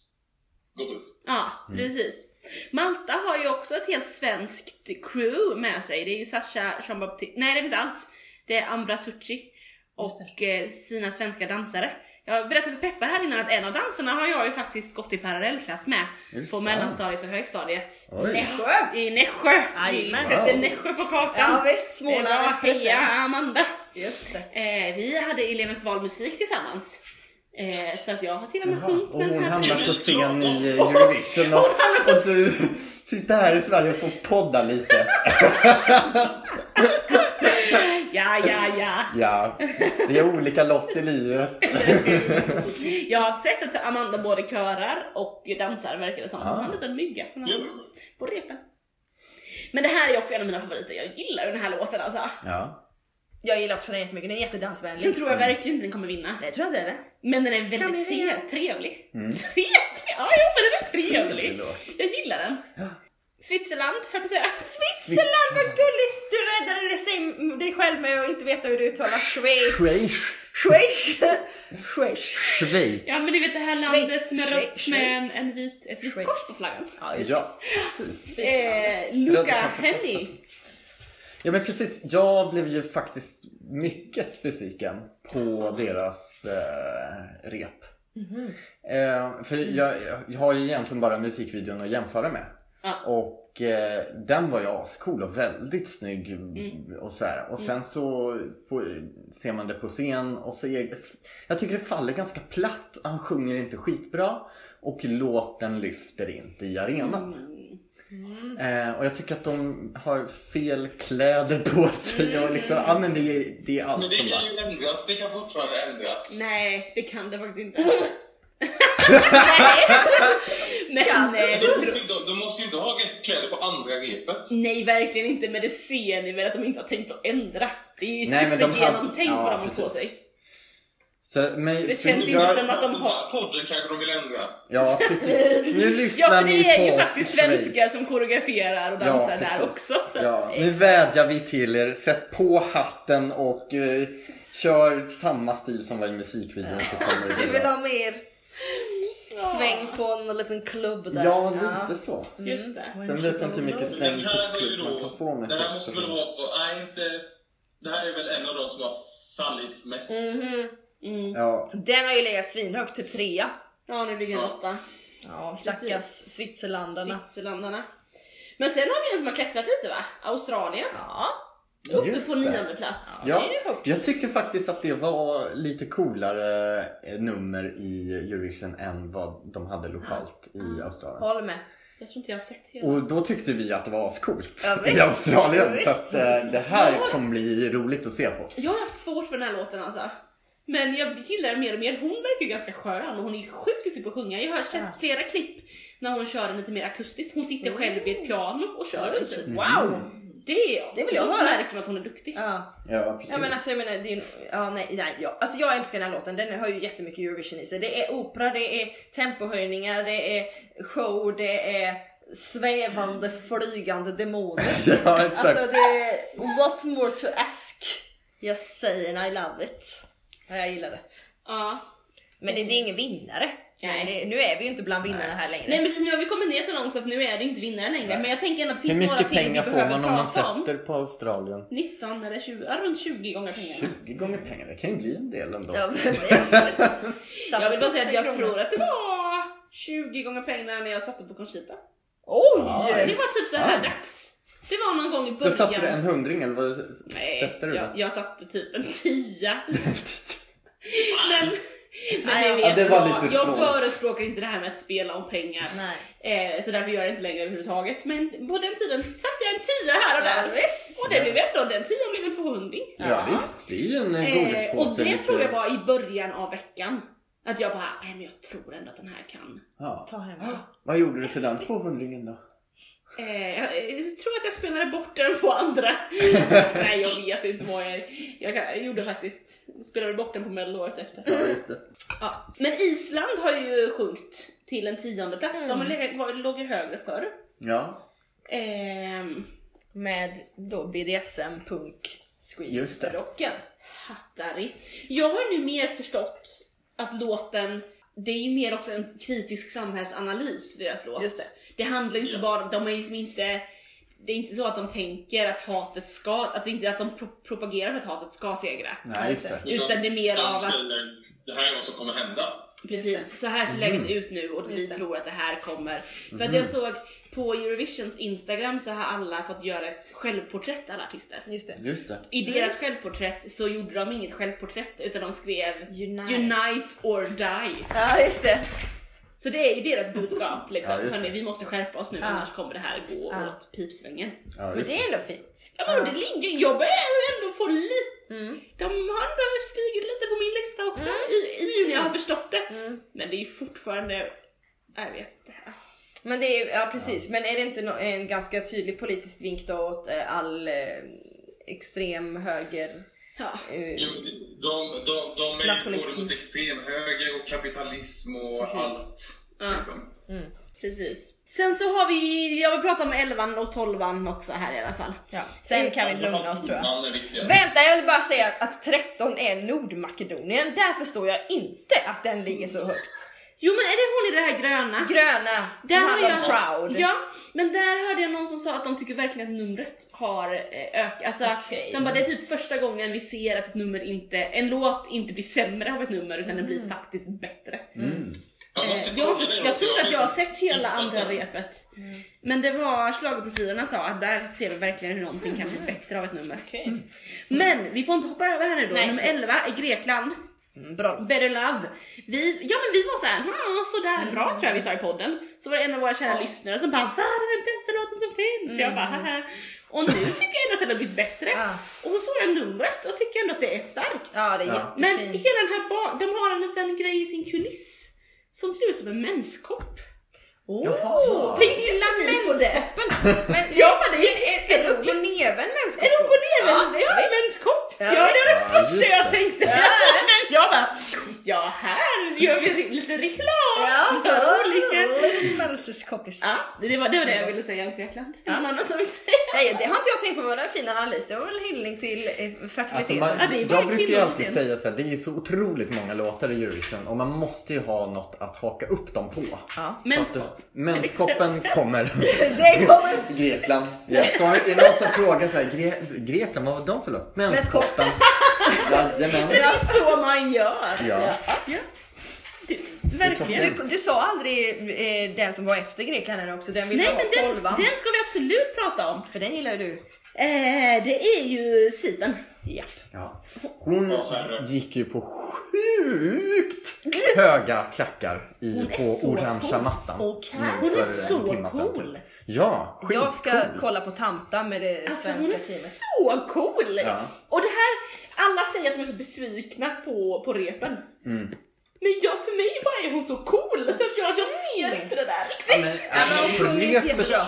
E: Gått upp.
B: Ja,
D: Mm.
B: precis. Malta har ju också ett helt svenskt crew med sig. Det är ju Sasha Jean-Baptiste, nej det är det inte alls. Det är Ambra Succi och eh, sina svenska dansare. Jag berättade för Peppa här innan att en av dansarna har jag ju faktiskt gått i parallellklass med
D: Är det
B: på
D: sant?
B: mellanstadiet och högstadiet.
D: Oj.
C: Nässjö!
B: I Nässjö! Vi
C: Jajamän.
B: sätter
D: Wow.
B: Nässjö på kartan.
C: Ja visst,
B: Det är bra.
C: Småland
B: Heja
C: represent.
B: Amanda!
C: Just det.
B: Eh, vi hade elevens valmusik tillsammans. Eh, så att jag har till och med
D: Jaha,
B: sjungit
D: och
B: den
D: hon
B: här
D: hamnar på scen i eh, Eurovision och, och du sitter här i Sverige och får podda lite.
B: Ja, ja, ja!
D: Ja, det är olika lott i livet.
B: Jag har sett att Amanda både körar och dansar verkar det som. Hon har en
D: Ah.
B: liten mygga på den här-
E: Jo.
B: på repen. Men det här är också en av mina favoriter. Jag gillar ju den här låten alltså.
D: Ja,
C: Jag gillar också den jättemycket, den är
B: Sen
C: jättedansvänlig.
B: tror jag verkligen inte den kommer vinna.
C: Nej, tror jag inte det.
B: Men den är
C: Kan vi
B: väldigt
C: vinna?
B: tre- trevlig.
D: Mm.
B: Trevlig? Ja, jo, men den är
D: Trevlig
B: trevlig.
D: låt.
B: Jag gillar den. Switzerland, höll jag på att säga.
C: Switzerland, vad gulligt! Du räddade dig, sig- dig själv med att inte veta hur du uttalar Schweiz.
D: Schweiz.
C: Schweiz. Schweiz.
D: Schweiz.
B: Ja, men du vet det här
C: Schweiz,
B: landet med rött
C: Schweiz,
B: med en,
C: Schweiz.
B: en vit, ett vitt
C: Schweiz.
B: kors på flaggan.
C: Ja, just det.
D: Ja, precis.
B: Eh,
D: Röda
B: Luca
D: kappan.
B: Henny.
D: Ja men precis, jag blev ju faktiskt mycket besviken på deras eh, rep. Eh, för jag, jag har ju egentligen bara musikvideon att jämföra med.
B: Ja.
D: Och eh, den var ju ascool och väldigt snygg och så här. Och sen så på, ser man det på scen och så är, jag tycker det faller ganska platt. Han sjunger inte skitbra och låten lyfter inte i arenan. Eh, och jag tycker att de har fel kläder på sig och liksom, ja men det, är- det är allt
E: Men det
D: som
E: kan
D: bara...
E: ju ändras, det kan fortfarande ändras.
B: Nej, det kan det faktiskt inte. nej, nej, eh, nej,
E: De,
B: det tror-
E: de, de måste ju inte ha rätt kläder på andra repet.
B: nej, verkligen inte. Men det ser ni väl att de inte har tänkt att ändra. Det är ju
D: Nej, men de hade-
B: supergenomtänkt
D: ja,
B: vad de har på
D: precis.
B: sig.
D: Så, men,
B: Det
D: för
B: känns
D: jag-
B: inte som att de
E: Den här
B: har...
E: podden kanske de vill ändra.
D: Ja precis. Nu lyssnar
B: Ja, för
D: ni
B: det
D: på
B: är ju
D: oss i
B: faktiskt
D: Schweiz.
B: svenskar som koreograferar och
D: Ja,
B: dansar där
D: precis.
B: också. Så
D: Ja,
B: att,
D: nu vädjar vi till er, sätt på hatten och eh, kör samma stil som var i musikvideon så kommer
C: Du vill
D: det
C: ha mer
B: eh,
C: sväng på en liten klubb där?
D: Ja, lite så.
B: mm. just det.
D: Sen vet jag inte hur mycket
E: Men
D: sväng
E: Den här var ju
D: typ man
E: då,
D: kan få med
E: den här
D: sig
E: måste
D: också.
E: väl vara på, nej inte, det här är väl en av de som har fallit mest.
C: Mhm.
B: Mm.
D: Ja,
C: Den har ju legat svinhögt, typ trea.
B: Ja, nu ligger en åtta.
C: Ja, stackars
B: Precis.
C: Switzerlandarna.
B: Switzerlandarna. Men sen har vi en som har klättrat lite va? Australien.
C: Ja,
B: Uppe
D: Just
B: på
D: det.
B: nionde plats.
D: Ja,
C: Det är ju högt.
D: jag tycker faktiskt att det var lite coolare eh, nummer i Eurovision än vad de hade lokalt i Australien.
C: håll med.
B: Jag tror inte jag har sett hela.
D: Och då tyckte vi att det var ascoolt
C: Ja, visst.
D: i Australien.
C: Ja,
D: så att eh, det
B: Ja.
D: här kommer bli roligt att se på.
B: Jag har haft svårt för den här låten alltså. Men jag gillar den mer och mer. Hon verkar verkar ju ganska skön och hon är sjukt duktig på att sjunga. Jag har sett
C: Ja. Oh.
B: flera klipp när hon kör den lite mer akustiskt. Hon sitter själv vid ett piano och kör den typ.
D: Mm.
C: Wow!
B: Det är
C: Det vill jag
B: Då
C: höra.
B: märker man att hon är duktig.
C: Ja.
D: Ja, precis.
C: ja men alltså jag menar, det är, ja, nej, nej, ja. Alltså, jag älskar den här låten, den har ju jättemycket Eurovision i sig. Det är opera, det är tempohöjningar, det är show, det är svävande flygande demoner.
D: ja, exakt.
C: Alltså det är what more to ask. Just saying I love it. Ja, jag gillar det.
B: Ja.
C: Men det, det är ingen vinnare.
B: Nej.
C: Det, nu är vi ju inte bland vinnarna här längre.
B: Nej men precis, nu har vi kommit ner så långt så att nu är det inte vinnare längre.
D: Nej.
B: Men jag tänker ändå att det
D: Hur
B: finns några
D: mycket
B: till vi
D: pengar får
B: behöver
D: man om man
B: prata om.
D: sätter på Australien?
B: 19 eller 20, ja, runt 20 gånger pengarna.
D: 20 gånger pengar, det kan ju bli en del ändå.
C: Ja, men det är så-
B: Jag vill bara säga att jag
C: 1000 kronor.
B: tror att det var 20 gånger pengarna när jag satte på Conchita.
C: Oj!
B: Det
D: Ja,
B: var typ så här
D: Ja.
B: dags. Det var någon gång i
D: Då
B: början.
D: satte du en hundring eller vad
B: Nej,
D: Sätter du
B: jag,
D: det?
B: jag satte typ en tia. men men
C: Nej,
B: jag,
C: ja,
B: vet,
D: det var
B: jag,
D: lite
B: jag
D: snålt.
B: förespråkar inte det här med att spela om pengar.
C: Nej.
B: Eh, så därför gör jag det inte längre överhuvudtaget. Men på den tiden satte jag en tia här och
C: Ja,
B: där.
C: visst.
B: Och det blev ändå, den tian blev en 200.
D: Ja visst, det är ju en eh,
B: Eh,
D: godispåse.
B: och det
D: lite-
B: tror jag var i början av veckan. Att jag bara, nej men jag tror ändå att den här kan.
D: Ja.
C: Ta hem.
D: Vad gjorde du för den 200-ringen då?
B: Eh, jag eh, tror att jag spelade bort den på andra. nej jag vet inte vad jag, jag, kan, jag gjorde faktiskt. Spelade bort den på mello året efter.
D: Ja, just det.
B: Ja. Men Island har ju sjunkit till en tionde plats. De legat- var- låg ju högre förr.
D: Ja,
B: Ehm,
C: Med då BDSM, punk,
D: Just det.
C: scream-rocken.
B: Hattari. Jag har ju nu mer förstått att låten, det är ju mer också en kritisk samhällsanalys för deras låt.
C: Just det.
B: handlar ju inte
E: Ja.
B: bara, de är liksom inte, det är inte så att de tänker att hatet ska, att det inte är att de pro propagerar för att hatet ska segra.
D: nej just det.
B: Utan det är mer
E: De
B: av att,
E: känner, Det här är vad som kommer hända.
B: precis, så här ser läget ut nu och vi
C: Just det.
B: tror att det här kommer. För att jag såg på Eurovisions Instagram så har alla fått göra ett självporträtt, alla artister.
C: Just det.
D: Just det.
B: I
C: Mm.
B: deras självporträtt så gjorde de inget självporträtt utan de skrev
C: Unite.
B: Unite, or die.
C: Ja, just det.
B: Så det är ju deras budskap liksom.
D: Ja, just det.
B: Hörni, vi måste skärpa oss nu
C: Ja.
B: annars kommer det här gå
C: Ja.
B: åt pipsvängen.
D: Ja,
C: Men
D: just
C: det är ändå fint.
B: Ja, men det ligger, jag börjar ju ändå få lite,
C: Mm.
B: de har ändå stigit lite på min lista också i, i, nu när jag har förstått det.
C: Mm.
B: Men det är ju fortfarande, jag vet inte.
C: Men det är, ja precis, men är det inte nå- en ganska tydlig politisk vink då åt eh, all eh, extrem höger?
B: Ja.
C: Eh,
E: Jo, de, de, de är ju
C: Nationalism.
E: både mot extremhöger och kapitalism och
C: Precis.
E: allt.
B: Ja.
E: Liksom.
B: Precis. Sen så har vi, jag vill prata om 11 och 12 också här i alla fall.
C: ja. Sen kan vi lugna oss tror jag.
E: Man är viktigare.
C: Vänta, jag vill bara säga att 13 är Nordmakedonien. Där förstår jag inte att den ligger så högt.
B: Jo men är det hon i det här gröna?
C: Gröna, som
B: Där har
C: handlar om
B: jag,
C: proud.
B: Ja, men där hörde jag någon som sa att de tycker verkligen att numret har eh, ökat. Alltså,
C: Okej.
B: De bara, det är typ första gången vi ser att ett nummer inte, en låt inte blir sämre av ett nummer utan den
C: Mm.
B: blir faktiskt bättre.
D: det. Mm.
E: Jag
B: Eh,
E: måste
B: jag, har
E: kolla
B: inte,
E: det,
B: jag tror inte att jag har sett hela
E: skippat
B: andra
E: det.
B: repet.
C: Mm.
B: Men det var schlagerprofilerna sa att där ser vi verkligen hur någonting kan bli bättre av ett nummer.
C: Mm. Okej.
B: Men vi får inte hoppa över här nu då.
C: Nej,
B: Nummer
C: förlåt.
B: 11 är Grekland.
C: Mm, Bra.
B: Better Love. Vi, ja men vi var såhär, "Hmm, sådär
C: Mm.
B: bra tror jag vi sa i podden. Så var det en av våra kära lyssnare som bara, vad är den bästa låten som finns? Jag bara, haha. Och nu tycker jag ändå att den har blivit bättre.
C: Mm. Ja.
B: Och så såg jag numret och tycker ändå att det är starkt.
C: Ja, det är
D: Ja.
B: Men
C: jättefint.
B: hela den här barn, de har en liten grej i sin kuliss som ser ut som en menskopp.
C: Åh!
D: Jaha.
C: Tänk illa vi på det. Men ja, men det är, är, är upp och nerven mänskap?
B: Är det upp och ner?
C: Ja,
B: Ja,
C: visst.
B: menskopp!
C: Ja,
B: Ja, det var
D: Ja,
B: det första
D: just
B: jag
D: det.
B: tänkte. Jag såg den. Jag bara, ja här gör vi re- lite reklam
C: Ja,
B: för olika
C: Mönsterskoppis.
B: Ja, det var det, var det jag ville säga om Grekland. Ja. Någon annan som vill säga?
C: Nej, det har inte jag tänkt på, men det var en fin analys. Det var väl en hyllning till eh,
D: Alltså
C: fertiliteten.
D: man,
B: Ja, det är bara
D: jag brukar ju
B: kvinnor
D: alltid
B: sen.
D: säga så här, det är ju så otroligt många låtar i Eurovision och man måste ju ha något att haka upp dem på.
C: Ja.
D: Så att du- Menskoppen kommer.
C: Det kommer
D: Grekland. Ja. Så är det någon som frågar så här, Gre- Grekland, vad var de för låt? Menskoppen.
B: Det
D: Jajamän.
B: är så man gör!
D: Ja.
B: ja. Du,
C: Du,
B: verkligen.
C: du sa aldrig eh, den som var efter Grekland här också, den vill
B: Nej
C: ha
B: men den,
C: tolvan.
B: den ska vi absolut prata om.
C: För den gillar ju du.
B: Eh, det är ju Cypern. Alltså,
C: Japp.
D: Ja. Hon
E: Åh, herre.
D: gick ju på sjukt höga klackar i,
B: Hon är
D: på
B: så
D: orangea
B: cool.
D: mattan.
B: Okej.
D: nu
B: Hon är
D: för en
B: så
D: timme sedan,
B: cool.
D: typ. Ja, skitcool.
C: Jag ska kolla på Tanta med det
B: Alltså
C: svenska
B: hon är
C: teamet.
B: så cool!
D: Ja. Mm.
B: Och det här, alla säger att de är så besvikna på, på repen. Men jag, för mig bara är hon så cool så att jag, jag ser inte det där riktigt.
D: Ja, men,
C: men
D: på,
C: hon sjunger inte
D: repet,
C: jättebra.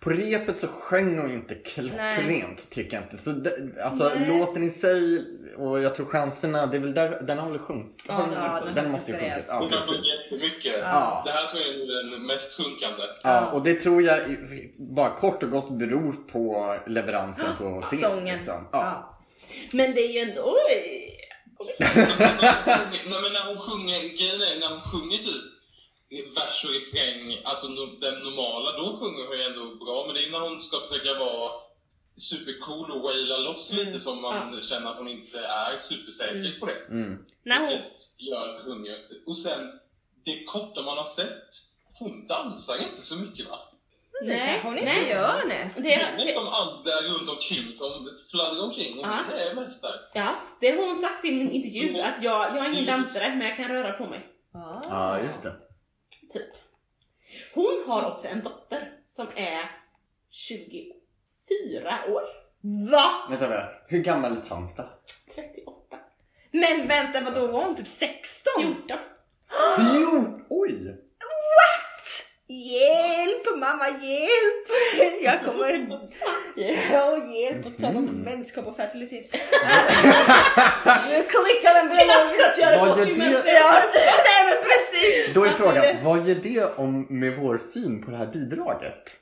D: på repet så sjöng hon inte klockrent tycker jag inte. Så det, alltså låten i sig och jag tror chanserna, det är väl där, den har väl sjunkit?
C: Ja,
D: har den,
C: ja,
D: sjunkit?
C: den
D: den
C: har
D: måste ju
C: sjunkit
D: sjunkit. Ja,
E: Hon har fått
D: precis.
E: jättemycket.
D: Ja.
E: Det här tror jag är den mest sjunkande.
D: Ja, och det tror jag i- bara kort och gott beror på leveransen på scenen.
C: Sången.
D: Liksom. Ja.
B: Ja. Men det är ju ändå... Oj.
E: Alltså, när hon sjunger- Nej men när hon sjunger, grejen är när hon sjunger typ vers och refräng, alltså no- den normala, då sjunger hon ju ändå bra. Men det är när hon ska försöka vara supercool och waila loss lite som man känner att hon inte är supersäker på det.
D: Mm.
C: När hon,
E: Vilket gör att hon gör Och sen, det korta man har sett, hon dansar inte så mycket va?
C: nej, det kanske hon inte
B: nej.
C: gör nej.
B: Det
E: Det
B: är,
E: är nästan alla runt omkring som fladdrar omkring och
B: Ja.
E: hon är mest där.
B: ja, det har hon sagt i min intervju att jag, jag är ingen dansare men jag kan röra på mig.
D: ja, just det.
B: Typ. Hon har också en dotter som är 24 år.
C: Va?
D: Vänta, vänta. Hur gammal är Tanta?
B: 38.
C: Men vänta vadå var hon typ 16?
B: 14.
D: Fjort! Oj!
C: Hjälp mamma hjälp! Jag kommer... Ja hjälp och tala om mänskap och fertilitet. Nu klickar den
B: Knappt så att jag
D: Vad
B: hade
D: är
B: fått min
D: det?
B: mens.
C: Ja, nej men precis!
D: Då är frågan, vad gör det om med vår syn på det här bidraget?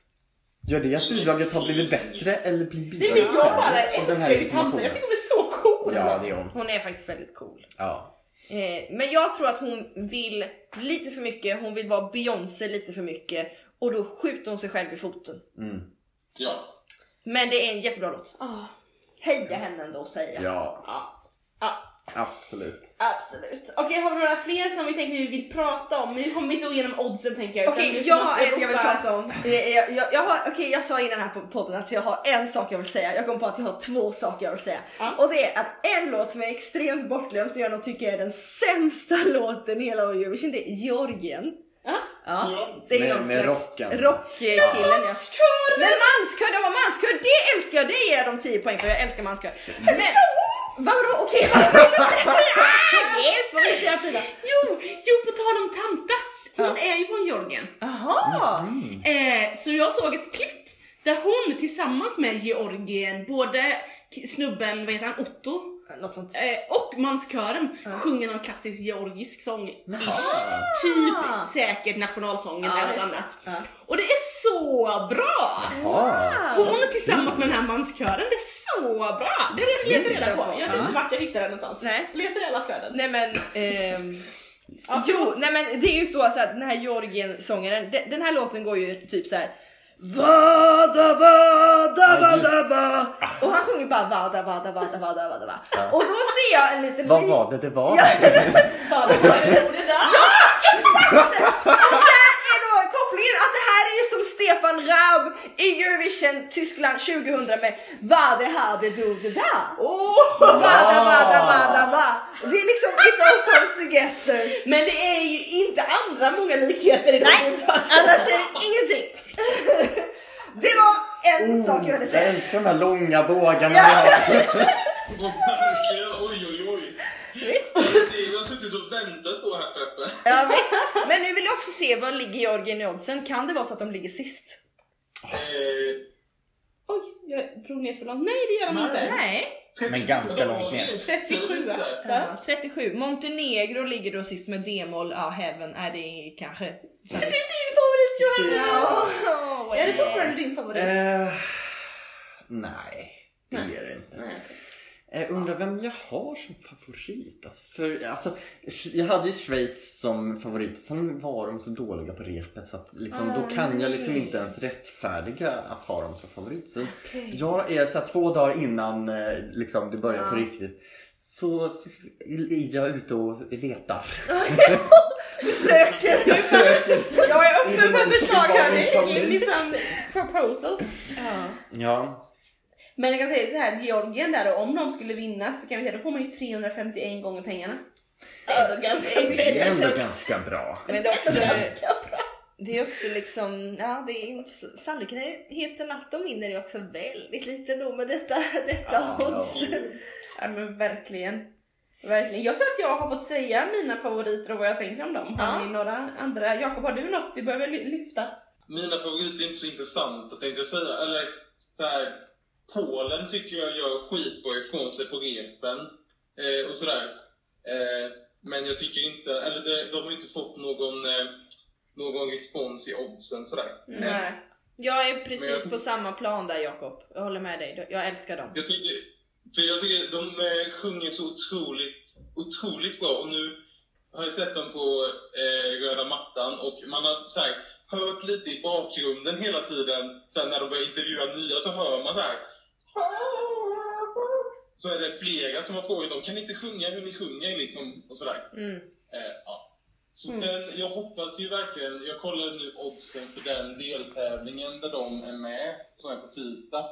D: Gör det att bidraget har blivit bättre eller blir
B: Nej men
D: bidraget
B: jag bara
D: sämre av den
B: älskar
D: här
B: ju tanten,
D: informationen?
B: jag tycker hon är så cool!
D: Ja, det är hon.
C: Hon är faktiskt väldigt cool.
D: Ja.
C: Eh, men jag tror att hon vill lite för mycket, hon vill vara Beyoncé lite för mycket och då skjuter hon sig själv i foten.
D: Mm.
E: Ja.
C: Men det är en jättebra låt.
B: Ah,
C: Heja henne ändå säger jag.
D: ja,
B: ja, ja,
D: absolut.
B: absolut. Okej, har vi några fler som vi tänker vi vill prata om? Men vi kommer inte gå igenom oddsen tänker jag. utan
C: Okej,
B: vi får
C: jag har en jag vill
B: ropa-
C: prata om. Eh, Jag, jag, jag, har, okej, jag sa innan här på podden att jag har en sak jag vill säga. Jag kom på att jag har två saker jag vill säga.
B: Ja.
C: Och det är att en låt som är extremt bortglömd som jag nog tycker är den sämsta låten i hela Eurovision, det är Georgien.
B: Ja.
C: Ja,
E: Ja.
C: det är
D: Med-
C: någon
D: med
C: slags
D: rocken.
C: Rockkillen ja.
B: Manskör!
C: Men manskör, de var manskör, det älskar jag! Det ger de 10 poäng för, jag älskar manskör. Men vadå okej? Ah, Hjälp vad vill du säga Frida?
B: Jo, jo, på tal om tanta. Hon är ju från Georgien.
C: Jaha!
D: Mm.
B: Eh, så jag såg ett klipp där hon tillsammans med Georgien, både k- snubben, vad heter han, Otto
C: Något sånt.
B: eh, och manskören
C: Ja.
B: sjunger någon klassisk georgisk sång.
D: Jaha.
B: Typ säkert nationalsången eller något annat.
C: Ja.
B: Och det är så bra!
D: Jaha.
B: Hon är tillsammans med den här manskören, det är så bra! Det är jag letar reda på. Jag vet
C: Ja.
B: inte vart jag hittade den någonstans.
C: Nej.
B: Letar i alla flöden.
C: Nej men, ehm, jo, nej men det är ju så alltså att den här Georgien sångaren, de- den här låten går ju typ så här. Vada vada
D: Ja, just- Ah.
C: vada va Och han sjunger bara vada vada vada vada vada va
D: Ja.
C: Och då ser jag en liten
D: Vad
C: li-
D: var det det var?
C: Ja.
B: Fan, vad var det där?
C: Alltså, är då kopplingen att det här är ju som Stefan Raab i Eurovision Tyskland 2000 med Vade hade du det där?
B: Åh!
C: Vada vada vada va. Det är liksom it all comes together.
B: Men det är ju inte andra många likheter i den
C: Nej,
B: bidragen.
C: annars är det ingenting. Det var en
D: Oh,
C: sak jag ville
D: jag
C: säga.
D: älskar de här långa bågarna vi har.
E: Och verkligen, oj oj oj.
C: Visst.
E: Det har jag suttit och väntat på här Peppe.
C: Ja, visst. Men nu vill jag också se var ligger Georgien i oddsen. Kan det vara så att de ligger sist?
E: Eh,
B: Oj, jag drog ner för långt. Nej, det gör de inte.
C: Nej.
E: 30
D: Men ganska långt ner.
B: 37 va?
C: Ja, 37. Montenegro ligger då sist med D-moll. Ja, Heaven. Nej, det är kanske...
B: Så det är din favorit Johanna!
C: Oh,
B: Är det fortfarande din favorit?
D: Eh, nej, det
B: Nej.
D: är det inte.
B: Nej.
D: Jag Eh, undrar vem jag har som favorit. Alltså, för, alltså, jag hade ju Schweiz som favorit, sen var de så dåliga på repet så att, liksom, då kan jag liksom inte ens rättfärdiga att ha dem som favorit. Så Jag är så här, två dagar innan eh, liksom, det börjar på riktigt så är jag ute och letar.
C: Du söker.
D: Jag söker.
B: Jag är öppen för förslag
D: Din
B: hörni.
D: favorit.
B: Liksom proposals.
D: Ja,
B: Men jag kan säga så här, Georgien där då, om de skulle vinna så kan vi säga då får man ju 351 gånger pengarna. Det är ändå ganska
D: det är
B: mycket.
D: ändå ganska bra.
C: Men det är också,
B: Ganska bra.
C: det är också liksom, ja det är sannolikheten att de vinner är också väldigt liten då med detta, detta
D: Ja,
C: odds.
B: Ja men verkligen. Verkligen. Jag tror att jag har fått säga mina favoriter och vad jag tänker om dem. Har
C: Ja.
B: ni några andra? Jakob, har du något du behöver ly- lyfta?
E: Mina favoriter är inte så intressanta tänkte jag säga. Eller så här, Polen tycker jag gör skitbra ifrån sig på repen eh, och sådär. Eh, men jag tycker inte, eller det, de har inte fått någon, eh, någon respons i oddsen sådär. Eh,
B: Nej.
C: Jag är
E: Men jag
C: precis
E: tror-
C: på samma plan där Jakob. Jag håller med dig. Jag älskar dem.
E: Jag tycker, för jag tycker de eh, sjunger så otroligt, otroligt bra och nu har jag sett dem på eh, röda mattan och man har så här, hört lite i bakgrunden hela tiden. Så här, när de börjar intervjua nya så hör man så här. Så är det flera som har frågat dem, kan ni inte sjunga hur ni sjunger liksom och sådär.
C: Mm.
E: Eh, ja. Så den, jag hoppas ju verkligen, jag kollar nu oddsen för den deltävlingen där de är med, som är på tisdag.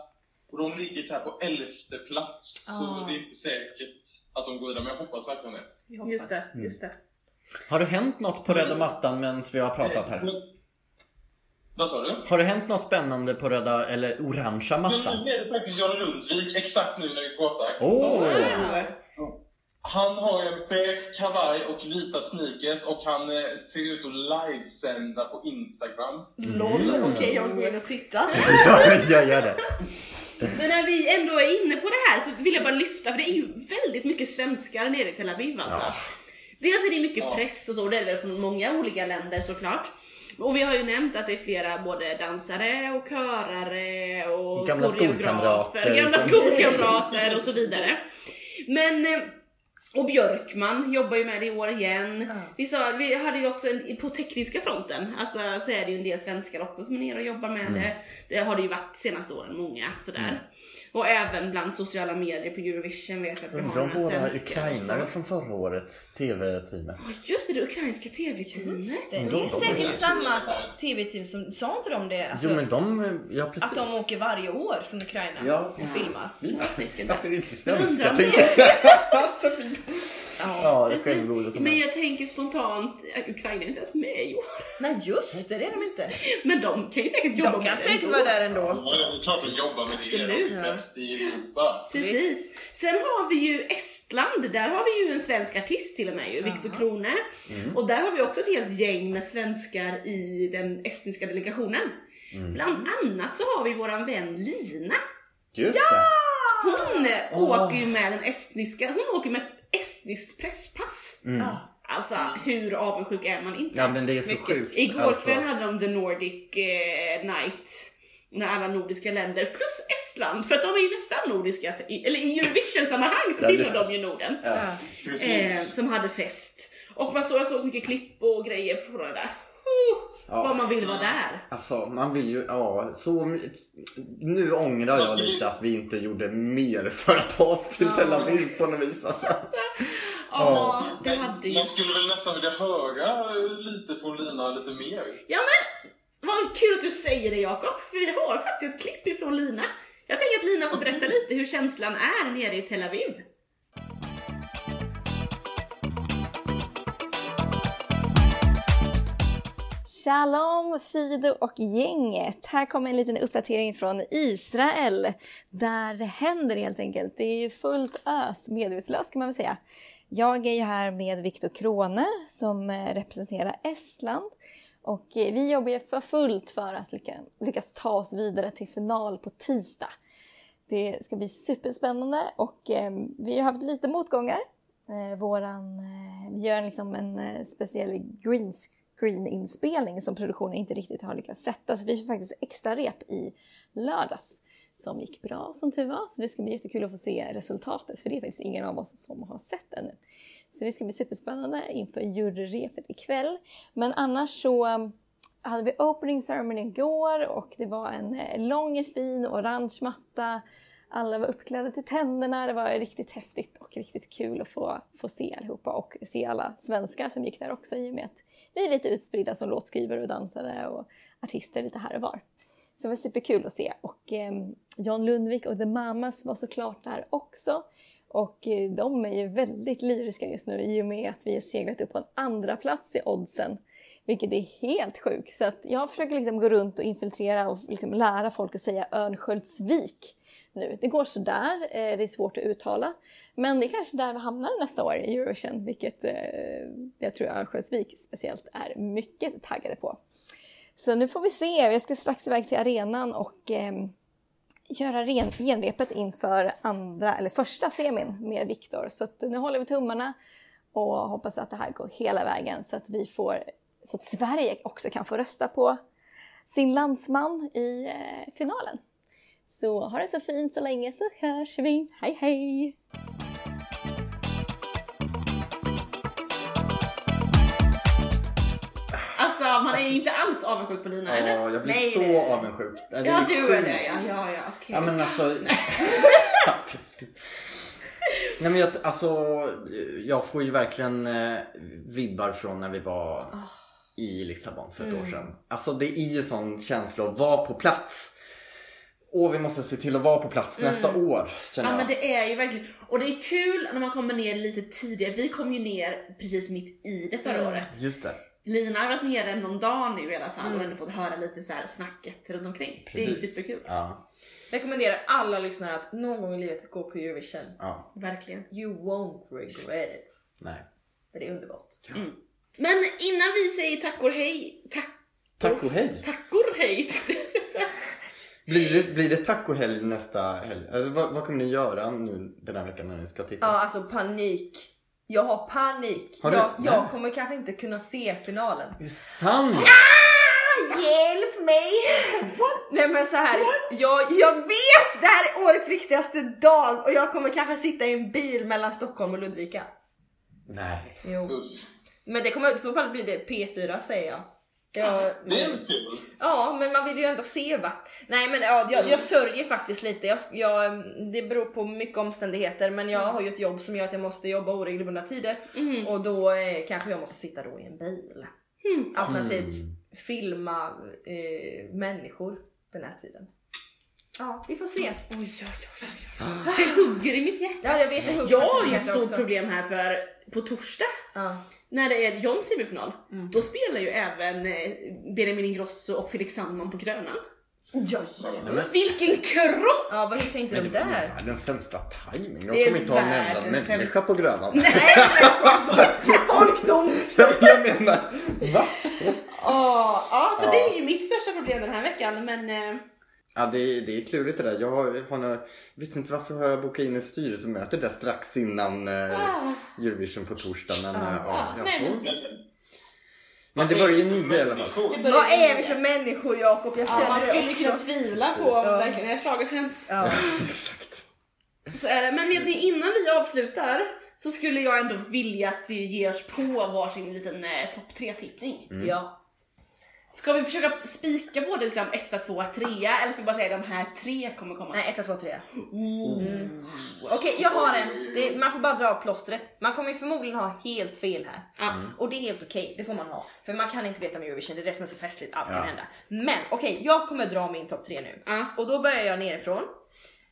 E: Och de ligger så här på elfte plats,
C: Ah.
E: så det är inte säkert att de går vidare, men jag hoppas verkligen det.
C: Jag hoppas.
B: Just det, just det.
D: Har det hänt något på röda mattan medan vi har pratat här?
E: Men- Vad sa du?
D: Har det hänt något spännande på röda, eller orangea
E: Men
D: mattan?
E: nu är det faktiskt Jan Lundvik, exakt nu när vi pratar.
D: Åh!
B: Wow.
E: Han har en beige kavaj och vita sneakers och han eh, ser ut att livesända på Instagram.
D: Mm.
C: LOL, okej jag går in och tittar.
D: Ja, jag gör det.
B: Men när vi ändå är inne på det här så vill jag bara lyfta, för det är ju väldigt mycket svenskar nere i Tel Aviv alltså.
D: Ja.
B: Dels är det mycket
E: Ja.
B: press och så, och det är väl från många olika länder såklart. Och vi har ju nämnt att det är flera både dansare och körare och
D: Gamla
B: koreografer,
D: skolkamrater.
B: gamla skolkamrater och så vidare. Men, eh, och Björkman jobbar ju med det i år igen. Vi, sa, vi hade ju också en, på tekniska fronten, alltså, så är det ju en del svenskar också som är nere och jobbar
D: Mm.
B: med det. Det eh, har det ju varit senaste åren, många sådär.
D: Mm.
B: Och även bland sociala medier på Eurovision vet jag att vi har
D: Undrar om
B: några
D: våra
B: svenskar.
D: ukrainare
B: också.
D: från förra året, TV-teamet.
B: Just det, det ukrainska TV-teamet.
C: Det är
D: De-
C: säkert samma tv-team som sa inte de det? Alltså,
D: Jo men de, ja precis.
C: att de åker varje år från Ukraina
D: Ja.
C: och filmar.
D: Vi-
B: Några stycken där.
D: Varför inte
B: Men undrar
D: svenska?
B: om
D: tänkte jag. Ja, det är
B: Precis.
D: självgoda som
B: Men
D: är.
B: jag tänker spontant, att Ukraina är inte ens med i år.
C: Nej just det, det är de inte.
B: Men de kan ju säkert jobba
C: De kan
B: med det
C: säkert
B: ändå.
C: vara där ändå.
E: Ja, det är klart de jobbar med det. De
B: Absolut.
E: är bäst i Europa.
B: Precis. Sen har vi ju Estland, där har vi ju en svensk artist till och med, ju, Viktor Krone.
D: Mm.
B: Och där har vi också ett helt gäng med svenskar i den estniska delegationen.
D: Mm.
B: Bland annat så har vi våran vän Lina.
D: Just det.
B: Hon eh,
D: Åh.
B: åker ju med den estniska, hon åker med ett estniskt presspass.
D: Mm.
B: Alltså hur avundsjuk är man inte?
D: Ja men det är så
B: Mycket.
D: sjukt.
B: Igår
D: alltså.
B: kväll hade de The Nordic eh, Night med alla nordiska länder plus Estland för att de är ju nästan nordiska, i- eller i Eurovision-sammanhang så
D: Ja,
B: tillhör
D: just
B: de ju Norden.
D: Ja.
B: Eh,
E: Precis.
B: som hade fest. Och man såg så mycket klipp och grejer från det där. Oh,
D: Ja.
B: Vad man vill vara där.
D: Alltså man vill ju, ja så my- Nu ångrar jag lite att vi inte gjorde mer för att ta oss till Tel Aviv på något vis alltså.
B: Ja,
D: Ja.
B: det hade ju...
E: Man skulle väl nästan vilja höra eh, lite från Lina lite mer.
B: Ja men, vad kul att du säger det Jakob, för vi har faktiskt ett klipp ifrån Lina. Jag tänker att Lina får berätta lite hur känslan är nere i Tel Aviv.
F: Shalom Fido och gänget! Här kommer en liten uppdatering från Israel. Där händer det helt enkelt. Det är ju fullt ös, medvetslöst kan man väl säga. Jag är ju här med Viktor Krone som eh, representerar Estland. Och eh, vi jobbar ju för fullt för att lycka- lyckas ta oss vidare till final på tisdag. Det ska bli superspännande och eh, vi har haft lite motgångar. Eh, våran, eh, vi gör liksom en eh, speciell green screen-inspelning som produktionen inte riktigt har lyckats sätta så vi får faktiskt extra rep i lördags som gick bra som tur var. Så det ska bli jättekul att få se resultatet för det är faktiskt ingen av oss som har sett ännu. Så det ska bli superspännande inför juryrepet ikväll. Men annars så eh, hade vi opening ceremony igår och det var en eh, lång fin orange matta. Alla var uppklädda till tänderna. Det var riktigt häftigt och riktigt kul att få, få se allihopa och se alla svenskar som gick där också i och med att vi är lite utspridda som låtskrivare och dansare och artister lite här och var. Så det var superkul att se och eh, John Lundvik och The Mamas var såklart där också. Och eh, de är ju väldigt lyriska just nu i och med att vi har seglat upp på en andra plats i oddsen Vilket är helt sjukt. Så att jag försöker liksom gå runt och infiltrera och liksom lära folk att säga Örnsköldsvik nu. Det går sådär, eh, det är svårt att uttala. Men det är kanske där vi hamnar nästa år i Eurovision, vilket eh, jag tror Örnsköldsvik speciellt är mycket taggade på. Så nu får vi se. Jag ska strax iväg till arenan och ehm, göra ren, genrepet inför andra, eller första semin med Viktor. Så att nu håller vi tummarna och hoppas att det här går hela vägen så att vi får, så att Sverige också kan få rösta på sin landsman i eh, finalen. Så ha det så fint så länge så hörs vi. Hej hej!
B: Alltså man är inte alls avundsjuk på Lina eller?
D: Ja, jag blir
B: Nej,
D: så
B: det-
D: avundsjuk. Det
B: Ja
D: ju
B: du är
D: sjukt.
B: det ja. Ja ja okej.
D: Ja men alltså... Ja, precis. Nej men jag, alltså, jag får ju verkligen eh, vibbar från när vi var
B: Ah.
D: i Lissabon för ett
B: Mm.
D: år sedan. Alltså det är ju sån känsla att vara på plats. Och vi måste se till att vara på plats nästa år känner
B: Mm. Ja men
D: jag.
B: det är ju verkligen, och det är kul när man kommer ner lite tidigare. Vi kom ju ner precis mitt i det förra
C: Mm.
B: året.
D: Just det.
B: Lina har varit nere någon dag nu i alla fall
C: Mm.
B: och ändå fått höra lite så här snacket runt omkring. Det är ju
D: Precis.
B: superkul.
D: Ja,
C: Rekommenderar alla lyssnare att någon gång i livet gå på Eurovision.
D: ja,
B: Verkligen.
C: You won't regret it.
D: nej.
C: För det är underbart.
B: Men innan vi säger tack och hej, tack,
D: Tack och hej!
B: tack och hej tänkte jag säga.
D: Blir det, blir det tacohelg nästa helg? Alltså, vad, vad kommer ni göra nu den här veckan när ni ska titta?
C: Ja, alltså panik. Jag har panik.
D: Har du?
C: jag,
D: Nej.
C: jag kommer kanske inte kunna se finalen.
D: Det är sant!
C: Hjälp mig! Nej men så här, jag, jag vet! Det här är årets viktigaste dag och jag kommer kanske sitta i en bil mellan Stockholm och Ludvika.
D: Nej.
C: Jo.
E: Usch.
C: Men det kommer i så fall bli det P4 säger jag. jag
E: Det är väl kul?
C: Ja, men man vill ju ändå se va. Nej men ja, jag, jag sörjer faktiskt lite. Jag, jag, det beror på mycket omständigheter men jag har ju ett jobb som gör att jag måste jobba oregelbundna tider
B: Mm.
C: och då eh, kanske jag måste sitta då i en bil.
B: Mm.
C: Alternativt
D: Mm.
C: filma eh, människor den här tiden. Ja, vi får se.
B: Oj, oj, oj, oj. Det hugger i mitt hjärta.
C: Ja, jag vet hur
B: Ah. Jag har ju ett
C: kanske
B: stort
C: också.
B: problem här för på torsdag
C: Ja.
B: när det är Johns semifinal,
C: Mm.
B: då spelar ju även eh, Benjamin Ingrosso och Felix Sandman på Grönan.
C: Ja,
D: Nej, men-
B: Vilken kropp!
C: ja, vad hur tänkte
D: Men
C: du
D: det var ju
C: där?
D: världens sämsta timing.
B: Det är
D: Jag kommer inte ha en
B: världens
D: enda
B: sämsta-
D: människa på Grönan.
C: Folkdom!
D: jag menar, va?
B: Åh, ja, Ah, så
D: Ja.
B: det är ju mitt största problem den här veckan. Men eh,
D: Ja, det, är- det är klurigt det där. Jag har, har nå- vet inte varför har jag bokat in ett styrelsemöte där strax innan eh,
B: ah,
D: Eurovision på torsdag. Men,
C: Ah,
D: eh, ja,
B: ah,
D: jag
B: men-
D: får. men det börjar ju nio i alla fall.
B: det börjar
C: Vad
B: ju
C: är
B: med-
C: vi för människor Jakob? Jag
B: Ja,
C: känner
B: man skulle
C: det
B: ju
C: också.
B: kunna tvivla på om
C: Precis.
B: verkligen är schlagerfans.
C: Ja.
B: Så är det. Men vet ni, innan vi avslutar så skulle jag ändå vilja att vi ger oss på varsin liten eh, topp 3-tippning.
D: Mm.
C: ja.
B: Ska vi försöka spika både liksom 1, 2, 3 eller ska vi bara säga de här tre kommer komma? Mm.
C: Nej, Mm. ett, två, tre.
B: Ooh.
C: Okej, jag har en. Det, man får bara dra av plåstret. Man kommer ju förmodligen ha helt fel här.
B: Ja.
D: Mm.
C: Och det är helt okej, det får man ha. För man kan inte veta med Eurovision, det är det som är så festligt, allt
D: Ja.
C: kan hända. Men okej, jag kommer dra min topp tre nu.
B: Ja.
C: Och då börjar jag nerifrån.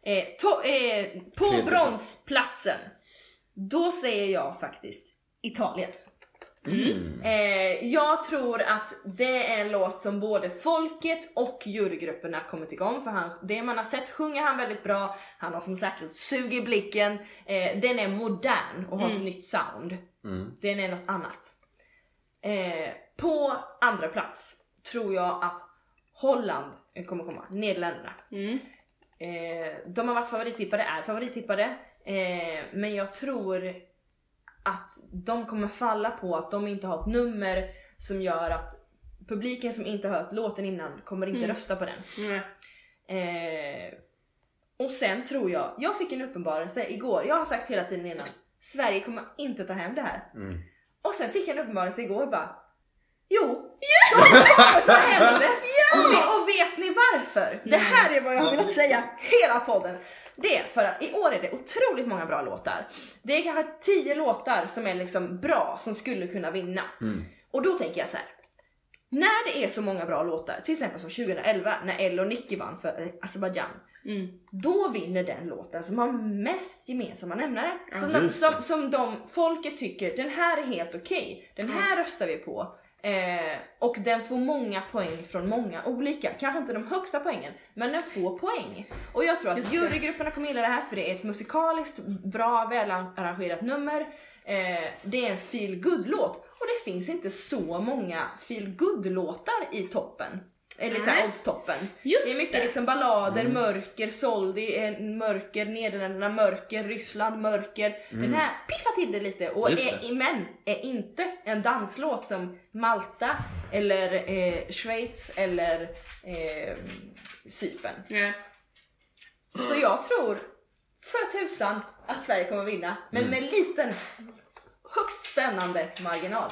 C: Eh, to- eh, på
D: Tredje.
C: bronsplatsen, då säger jag faktiskt Italien.
D: Mm.
C: Eh, jag tror att det är en låt som både folket och jurygrupperna kommer igång för han, det man har sett sjunger han väldigt bra, han har som sagt ett sug i blicken, eh, den är modern och har ett nytt sound.
D: Mm.
C: Den är något annat. Eh, på andra plats tror jag att Holland kommer komma, Nederländerna.
B: Mm.
C: Eh, de har varit favorittippade, är favorittippade. Eh, men jag tror att de kommer falla på att de inte har ett nummer som gör att publiken som inte har hört låten innan kommer inte
B: Mm.
C: rösta på den.
B: Nej.
C: Eh, och sen tror jag, jag fick en uppenbarelse igår, jag har sagt hela tiden innan, Sverige kommer inte ta hem det här.
D: Mm.
C: Och sen fick jag en uppenbarelse igår bara. Jo! Yeah! ta hem det! Och, ve- och vet ni varför? Det här är vad jag har velat säga hela podden. Det är för att i år är det otroligt många bra låtar. Det är kanske 10 låtar som är liksom bra som skulle kunna vinna.
D: Mm.
C: Och då tänker jag så här. När det är så många bra låtar, till exempel som 2011 när Elle och Nicky vann för eh, Azerbaijan
B: Mm.
C: då vinner den låten som har mest gemensamma nämnare.
B: Ja,
C: som, de,
D: just
C: som,
D: det.
C: som de folket tycker, den här är helt okej, den här röstar vi på. Eh, Eh, och den får många poäng från många olika. Kanske inte de högsta poängen, men den får poäng. Och jag tror att jurygrupperna kommer gilla det här för det är ett musikaliskt, bra, välarrangerat nummer. Eh, det är en feel good låt och det finns inte så många feel good låtar i toppen. Eller såhär
B: Nej.
C: oddstoppen.
B: Just
C: det är mycket
B: det.
C: liksom ballader, mörker, Soldi, eh, mörker, Nederländerna, mörker, Ryssland, mörker. Den här piffar till det lite och
D: Just
C: är, men är inte en danslåt som Malta eller eh, Schweiz eller eh, Cypern.
B: Ja.
C: Så jag tror för tusan att Sverige kommer vinna, men
B: Mm.
C: med liten, högst spännande marginal.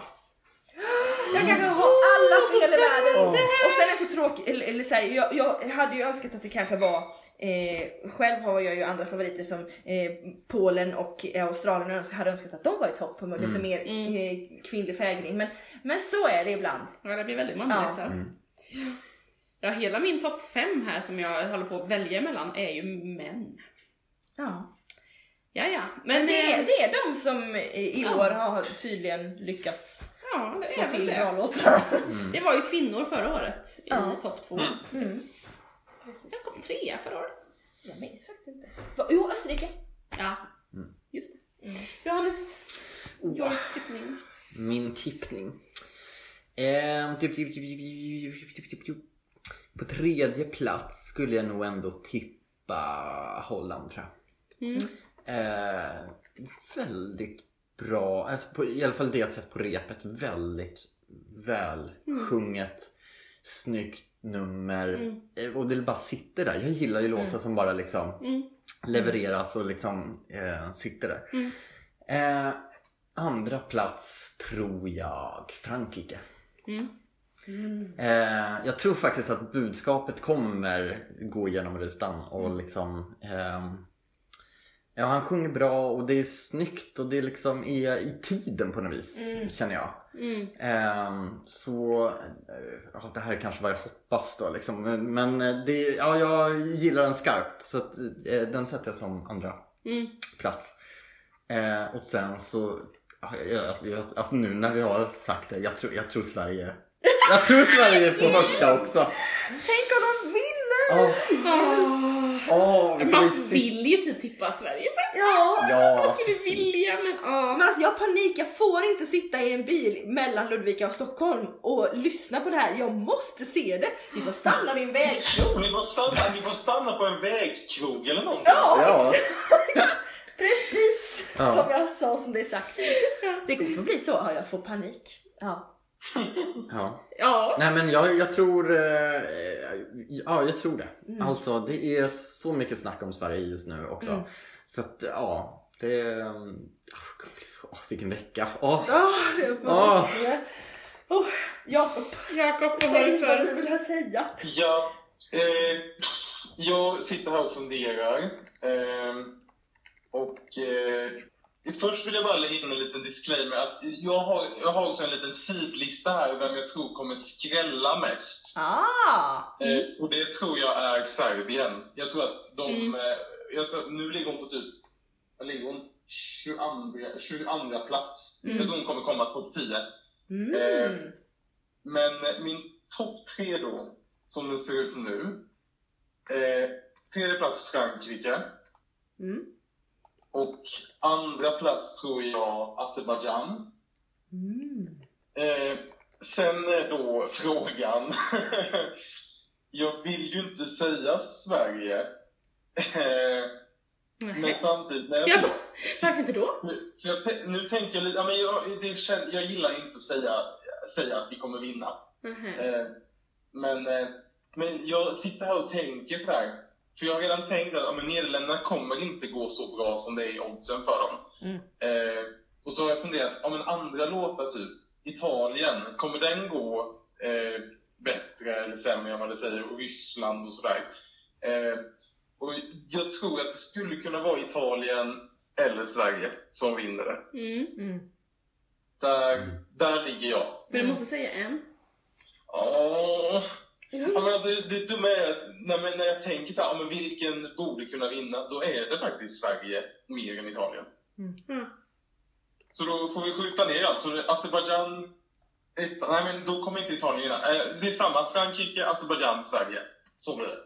B: Mm.
C: Jag kanske har alla fel i världen. Och sen är det så tråkigt, eller, eller så här, jag, jag hade ju önskat att det kanske var Eh, själv har jag ju andra favoriter som eh, Polen och eh, Australien och jag hade önskat att de var i topp på
B: Mm.
C: lite mer eh, kvinnlig fägring. Men, men så är det ibland.
B: Ja, det blir väldigt manligt.
C: Ja.
B: Ja. Ja, hela min topp fem här som jag håller på att välja mellan är ju män.
C: Ja.
B: Ja, ja.
C: Men
B: Men
C: det, är-
B: eh,
C: det är de som eh, i
B: Ja.
C: år har tydligen lyckats
B: ja, det,
C: få
B: är väl
C: till
B: det.
C: bra låtar.
B: det var ju kvinnor förra året i
C: Ja. Mm.
B: topp två. Jag kom trea förra året.
C: Jag minns faktiskt inte. Va, jo, Österrike.
B: Ja, just det.
C: Mm.
B: Johannes, jag tippning.
D: Min tippning. Ehm, tipp, tipp, tipp, tipp, tipp, tipp, tipp, tipp, tipp. typ, På tredje plats skulle jag nog ändå tippa Holland tror jag.
B: Mm.
D: Eh, väldigt bra, alltså på, i alla fall det jag sett på repet. Väldigt väl sjunget, snyggt nummer. Eh, och det bara sitter där. Jag gillar ju låtar som bara liksom
B: Mm.
D: levereras och liksom eh, sitter där.
B: Mm.
D: Eh, andra plats tror jag Frankrike.
B: Mm.
D: Eh, jag tror faktiskt att budskapet kommer gå genom rutan och liksom ehm, Ja, han sjunger bra och det är snyggt och det liksom är i tiden på något vis, känner jag.
B: Mm.
D: Ehm, så eh, ja, det här är kanske vad jag hoppas då liksom. Men, men eh, det, ja, jag gillar den skarpt så att, eh, den sätter jag som andra
B: Mm.
D: plats. Eh, och sen så, ja, jag, jag, alltså nu när vi har sagt det, jag tror, jag tror Sverige, jag tror Sverige är på första också.
C: Tänk om de vinner!
D: Åh, åh, vilken
B: Man
D: mysig-
B: vill ju typ tippa Sverige faktiskt.
C: Ja!
D: Ja,
B: Man skulle vilja men ja.
C: Men alltså jag har panik, jag får inte sitta i en bil mellan Ludvika och Stockholm och lyssna på det här. Jag måste se det! Vi får stanna vid en väg.
E: Ni får stanna, ni får stanna på en vägkrog eller någonting.
D: ja.
C: Precis
D: Ja.
C: som jag sa, som det är sagt. Det kommer få bli så, ja, jag får panik. Ja.
D: ja.
B: Ja.
D: Nej men jag, jag tror, eh, ja jag tror det. Alltså det är så mycket snack om Sverige just nu också. Så att ja, det, eh, ah, gud, åh, ah, vilken vecka. Åh,
C: Oh, jag
D: Åh.
C: oh. Oh, Jakob,
B: Jakob, vad var det
C: säg vad du
B: för?
C: vill säga.
E: Ja, eh, jag sitter här och funderar. Eh, och eh, först vill jag bara lägga in en liten disclaimer. Att jag har, jag har också en liten sidlista här över vem jag tror kommer skrälla mest.
C: Ah!
E: Eh, och det tror jag är Serbien. Jag tror att de...
B: Mm.
E: Eh, jag tror, att- nu ligger hon på typ... Vad ligger hon? 22, 22 plats. Jag tror hon kommer komma topp 10.
C: Mm.
E: Men eh, min topp tre då, som den ser ut nu. Eh, tredje plats Frankrike.
C: Mm.
E: Och andra plats tror jag Azerbajdzjan.
C: Mm.
E: Eh, sen är då frågan. jag vill ju inte säga Sverige. Eh, men
B: Nej.
E: samtidigt, när jag
B: Jag bara, varför inte då?
E: nu, för jag tän- nu tänker jag lite, ja, men jag, det kän- jag gillar inte att säga, säga att vi kommer vinna.
B: Mhm.
C: Mm.
E: Eh, men, eh, men jag sitter här och tänker så här. För jag har redan tänkt att ja, men Nederländerna kommer inte gå så bra som det är i oddsen för dem.
C: Mm.
E: Eh, och så har jag funderat, ja, men andra låtar typ, Italien, kommer den gå eh, bättre eller sämre än vad det säger? Och Ryssland och sådär. Eh, och jag tror att det skulle kunna vara Italien eller Sverige som vinner det.
B: Mm.
C: Mm.
E: Där, där ligger jag.
B: Men jag måste säga en.
E: Åh. Ja, men alltså, det dumma är att när, men när jag tänker så här, ja, men vilken borde kunna vinna, då är det faktiskt Sverige mer än Italien.
B: Mm.
E: Så då får vi skjuta ner allt. Så det- Azerbajdzjan, Ettan, nej men då kommer inte Italien vinna. Eh, Det är samma, Frankrike, Azerbajdzjan, Sverige. Så blir det.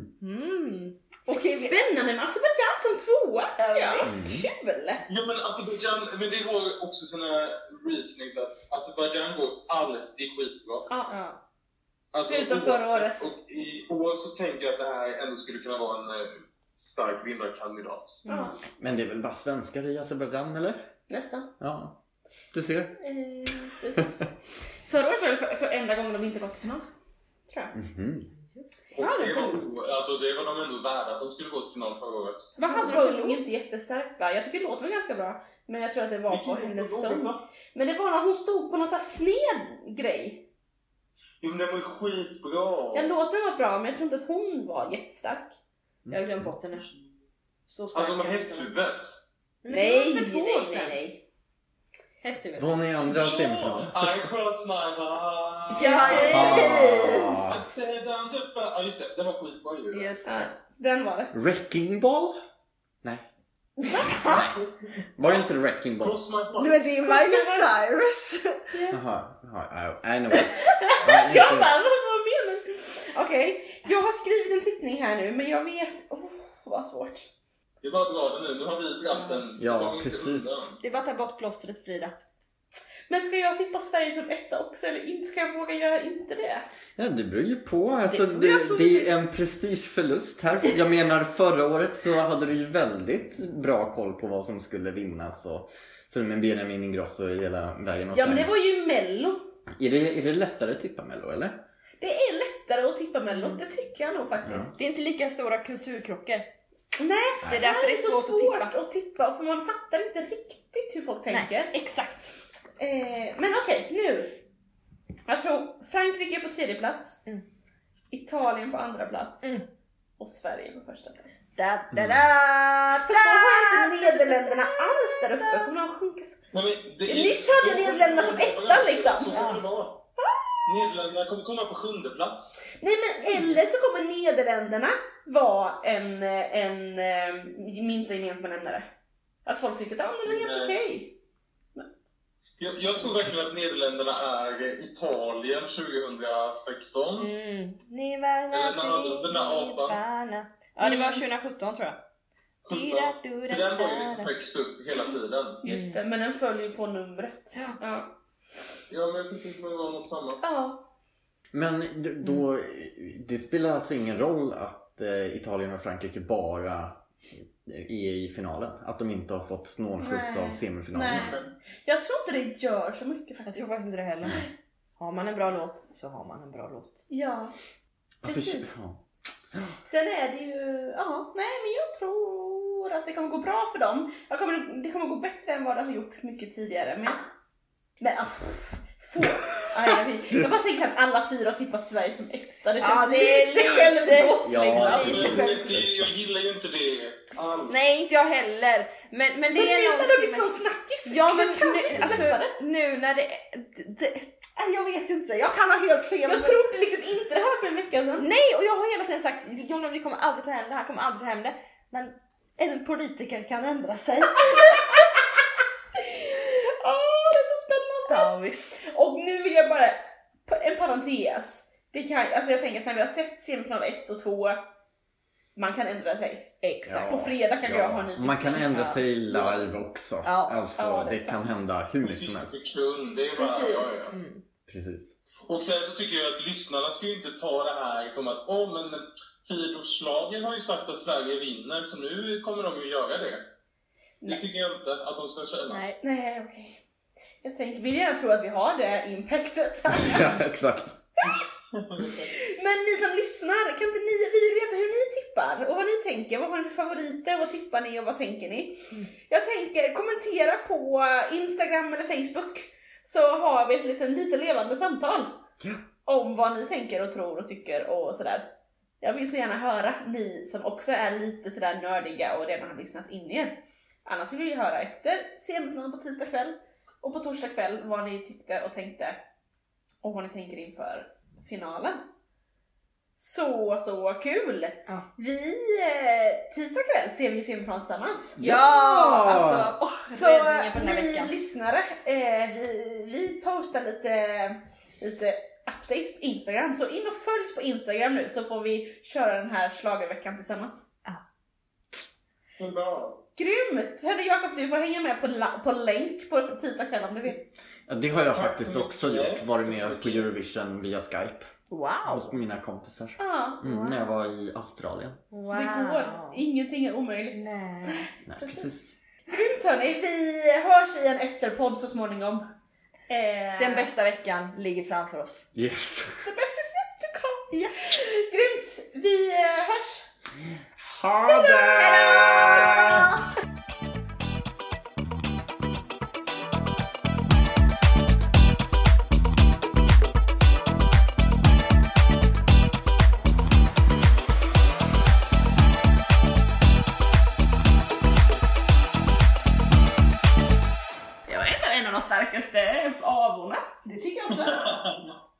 C: Mm. Okej, vi-
B: Hmm. Spännande med Azerbajdzjan som tvåa tycker jag.
C: ja,
D: Mm.
C: visst, kul!
E: Ja men Azerbajdzjan, men det har också sina reasonings att Azerbajdzjan går alltid skitbra.
B: Ja.
C: Ja.
E: Alltså,
B: Förutom förra året.
E: oavsett- Och i år så tänker jag att det här ändå skulle kunna vara en eh, stark vinnarkandidat.
B: ja,
D: Men det är väl bara svenskar i Azerbajdzjan eller?
B: nästan.
D: Ja. Du ser.
B: Eh, precis. Förra året var det för, för enda gången de inte gått till final. Tror jag.
D: Mhm.
E: Och
C: Ja, det
E: det,
C: är
E: var, alltså, det var de ändå värda att de skulle gå till final förra året.
B: Vad
C: Så
B: hade
C: bra
B: de för
C: låt.
B: lång? Inte jättestarkt va? Jag tycker låten var ganska bra. Men jag tror att det var på
E: Vilken
B: hennes
E: låt
B: sång.
E: då?
B: Men det var när hon stod på någon sån här sned grej.
E: Jo men den var ju skitbra!
B: Den låten var bra men jag tror inte att hon var jättestark. Jag har glömt bort henne. Så stark.
E: Alltså med
B: är hon inte.
E: hästhuvudet!
B: Nej,
C: Men det var
B: nej,
C: för två år
B: nej,
C: sedan.
B: nej, nej.
C: Hästhuvud.
D: Hon är i andra semifinalen.
E: I cross my heart!
B: Ja,
D: Ah.
E: Sedan typ- Ja just det, den var skitbra ju.
C: Just
B: Ja,
C: det.
B: den var det.
D: Wrecking ball? Nej. Nej. Var det inte wrecking ball?
E: Cross my heart!
C: Men det är Miley Cyrus!
D: Jaha. Jaha. ja, I know. Ja,
B: Jag
D: inte-
B: bara, vad vad menar du? Okej, jag har skrivit en tippning här nu men jag vet... Oh, vad svårt.
E: Det är bara att dra den nu, nu har vi dragit den.
D: Ja,
E: Det var inte
D: precis.
E: undan.
C: Det är bara att ta bort plåstret Frida.
B: Men ska jag tippa Sverige som etta också eller inte? Ska jag våga göra inte det?
D: Ja, det beror ju på. Alltså,
C: Det-
D: det, det,
C: alltså-
D: är en prestigeförlust här. Jag menar, förra året så hade du ju väldigt bra koll på vad som skulle vinnas. Och, så med Benjamin Ingrosso i hela vägen. Och
B: Ja men det
D: sen-
B: var ju mello.
D: är, det, är det lättare att tippa Mello, eller?
B: Det är lättare att tippa mello, det tycker jag nog faktiskt.
C: Det är inte lika stora kulturkrockor.
B: Nej,
C: Det är därför det är svårt att tippa.
B: att tippa för man fattar inte riktigt hur folk tänker.
C: Exakt.
B: Eh, men okej, nu. Jag tror Frankrike på tredje plats,
C: Mm.
B: Italien på andra plats
C: Mm.
B: och Sverige på första plats.
C: Da,
D: Mm.
C: da, da,
B: Fast då har inte Nederländerna alls där uppe, kommer de sjunka så?
E: Nej, men det är-
B: Nyss hade Nederländerna som etta, liksom.
E: Så kommer det vara. Nederländerna kommer komma på sjunde plats.
B: Nej men eller så kommer Nederländerna vara en, eh, en eh, minsta gemensamma nämnare. Att folk tycker att ah, men den är
C: Mm.
B: helt
E: Nej.
B: okej.
E: Jag, jag tror verkligen att Nederländerna är Italien 2016.
C: Mm.
E: Eller när hade de den där apan?
C: Ja, det var 2017 tror jag.
E: 17. För den var ju liksom högst upp hela
B: Mm.
E: tiden.
B: Just det, men den följer på numret.
C: Ja.
B: Ja.
E: Ja, men jag fick inte med var något samma.
B: ja.
D: Men d- då,
B: Mm.
D: det spelar alltså ingen roll att eh, Italien och Frankrike bara är i finalen? Att de inte har fått snålskjuts
B: Nej.
D: av semifinalen?
B: Nej. Jag tror inte det gör så mycket
C: Jag tror
B: faktiskt.
C: faktiskt inte det heller. Har man en bra låt så har man en bra låt.
B: Ja.
D: Varför-
B: Precis.
D: ja.
B: Sen är det ju, ja, nej men jag tror att det kommer gå bra för dem. Jag kommer, det kommer gå bättre än vad det har gjort mycket tidigare. Men, men ah, få. Aj, jag vet. jag bara tänker att alla fyra har tippat Sverige som etta. Det
C: Ja,
B: känns
C: det är
B: lite
C: lite-
B: självgott
D: Ja,
B: liksom.
D: det-
E: Men det- Jag gillar ju inte det alls.
C: Nej, inte jag heller. Men, men det
B: Men
C: är
B: Nederländerna har blivit
C: med-
B: sån snackis.
C: Ja men
B: kan
C: nu,
B: inte
C: alltså,
B: släppa det.
C: nu när det... d- d- Nej, jag vet inte, jag kan ha helt fel. men-
B: Jag trodde liksom inte det här för en vecka sedan.
C: Nej, och jag har hela tiden sagt Jonna vi kommer aldrig ta hem det här, kommer aldrig ta hem det. Men en politiker kan ändra sig.
B: Åh, det är så spännande!
C: ja visst.
B: Och nu vill jag bara, en parentes. Det kan, alltså jag tänker att när vi har sett semifinal 1 och 2, man kan ändra sig.
C: Exakt.
B: På fredag kan jag ha en ny
D: Man kan
B: tippning.
D: ändra
C: Ja.
D: sig live också.
C: Ja,
D: Alltså,
B: ja, det
D: det,
B: är sant.
D: kan hända hur som
E: Sista
D: helst.
E: sekund, det är bara...
B: Precis. Mm.
E: Ja, ja.
D: Precis.
E: Och sen så tycker jag att lyssnarna ska ju inte ta det här som att åh, oh, men Fridolf Schlager har ju sagt att Sverige vinner, så nu kommer de ju göra det.
B: Nej.
E: Det tycker jag inte att de ska känna.
C: Nej.
B: Nej, okej. Jag tänker, vill gärna tro att vi har det impactet.
D: ja, exakt.
B: Men ni som lyssnar, kan inte ni, vi vill veta hur ni tippar och vad ni tänker. Vad har ni för favoriter? Vad tippar ni och vad tänker ni? Jag tänker kommentera på Instagram eller Facebook så har vi ett liten, lite levande samtal
D: Ja.
B: om vad ni tänker och tror och tycker och sådär. Jag vill så gärna höra ni som också är lite sådär nördiga och redan har lyssnat in er. Annars vill vi ju höra efter semifinalen på tisdag kväll och på torsdag kväll vad ni tyckte och tänkte och vad ni tänker inför finalen. Så, så kul!
C: Ja.
B: Vi, eh, tisdag kväll ser vi ju semifinal tillsammans.
D: Ja!
C: Alltså, åh,
B: Så
C: räddningen för den här
B: ni
C: veckan.
B: lyssnare, eh, vi, vi postar lite, lite updates på Instagram. Så in och följ på Instagram nu så får vi köra den här schlagerveckan tillsammans.
E: Bra.
B: Grymt! Hörru Jakob, du får hänga med på, la- på länk på tisdag kväll om du vill.
D: Ja, det har jag
E: Tack så
D: faktiskt
E: mycket.
D: också gjort. Varit
E: Tack så
D: med
E: mycket.
D: på Eurovision via Skype.
C: Wow!
D: Hos mina kompisar.
B: Ja,
D: Mm, När jag var i Australien.
C: wow.
B: det går. Ingenting är omöjligt.
C: Nej.
D: Nej,
B: Precis.
D: precis.
B: Grymt hörni, vi hörs i en efterpodd så småningom. Eh,
C: Den bästa veckan ligger framför oss.
D: Yes.
B: Den bästa is yet to come. Grymt, vi eh, hörs.
D: Ha det!
B: Det var ändå en av de starkaste avorna.
C: Det tycker jag också.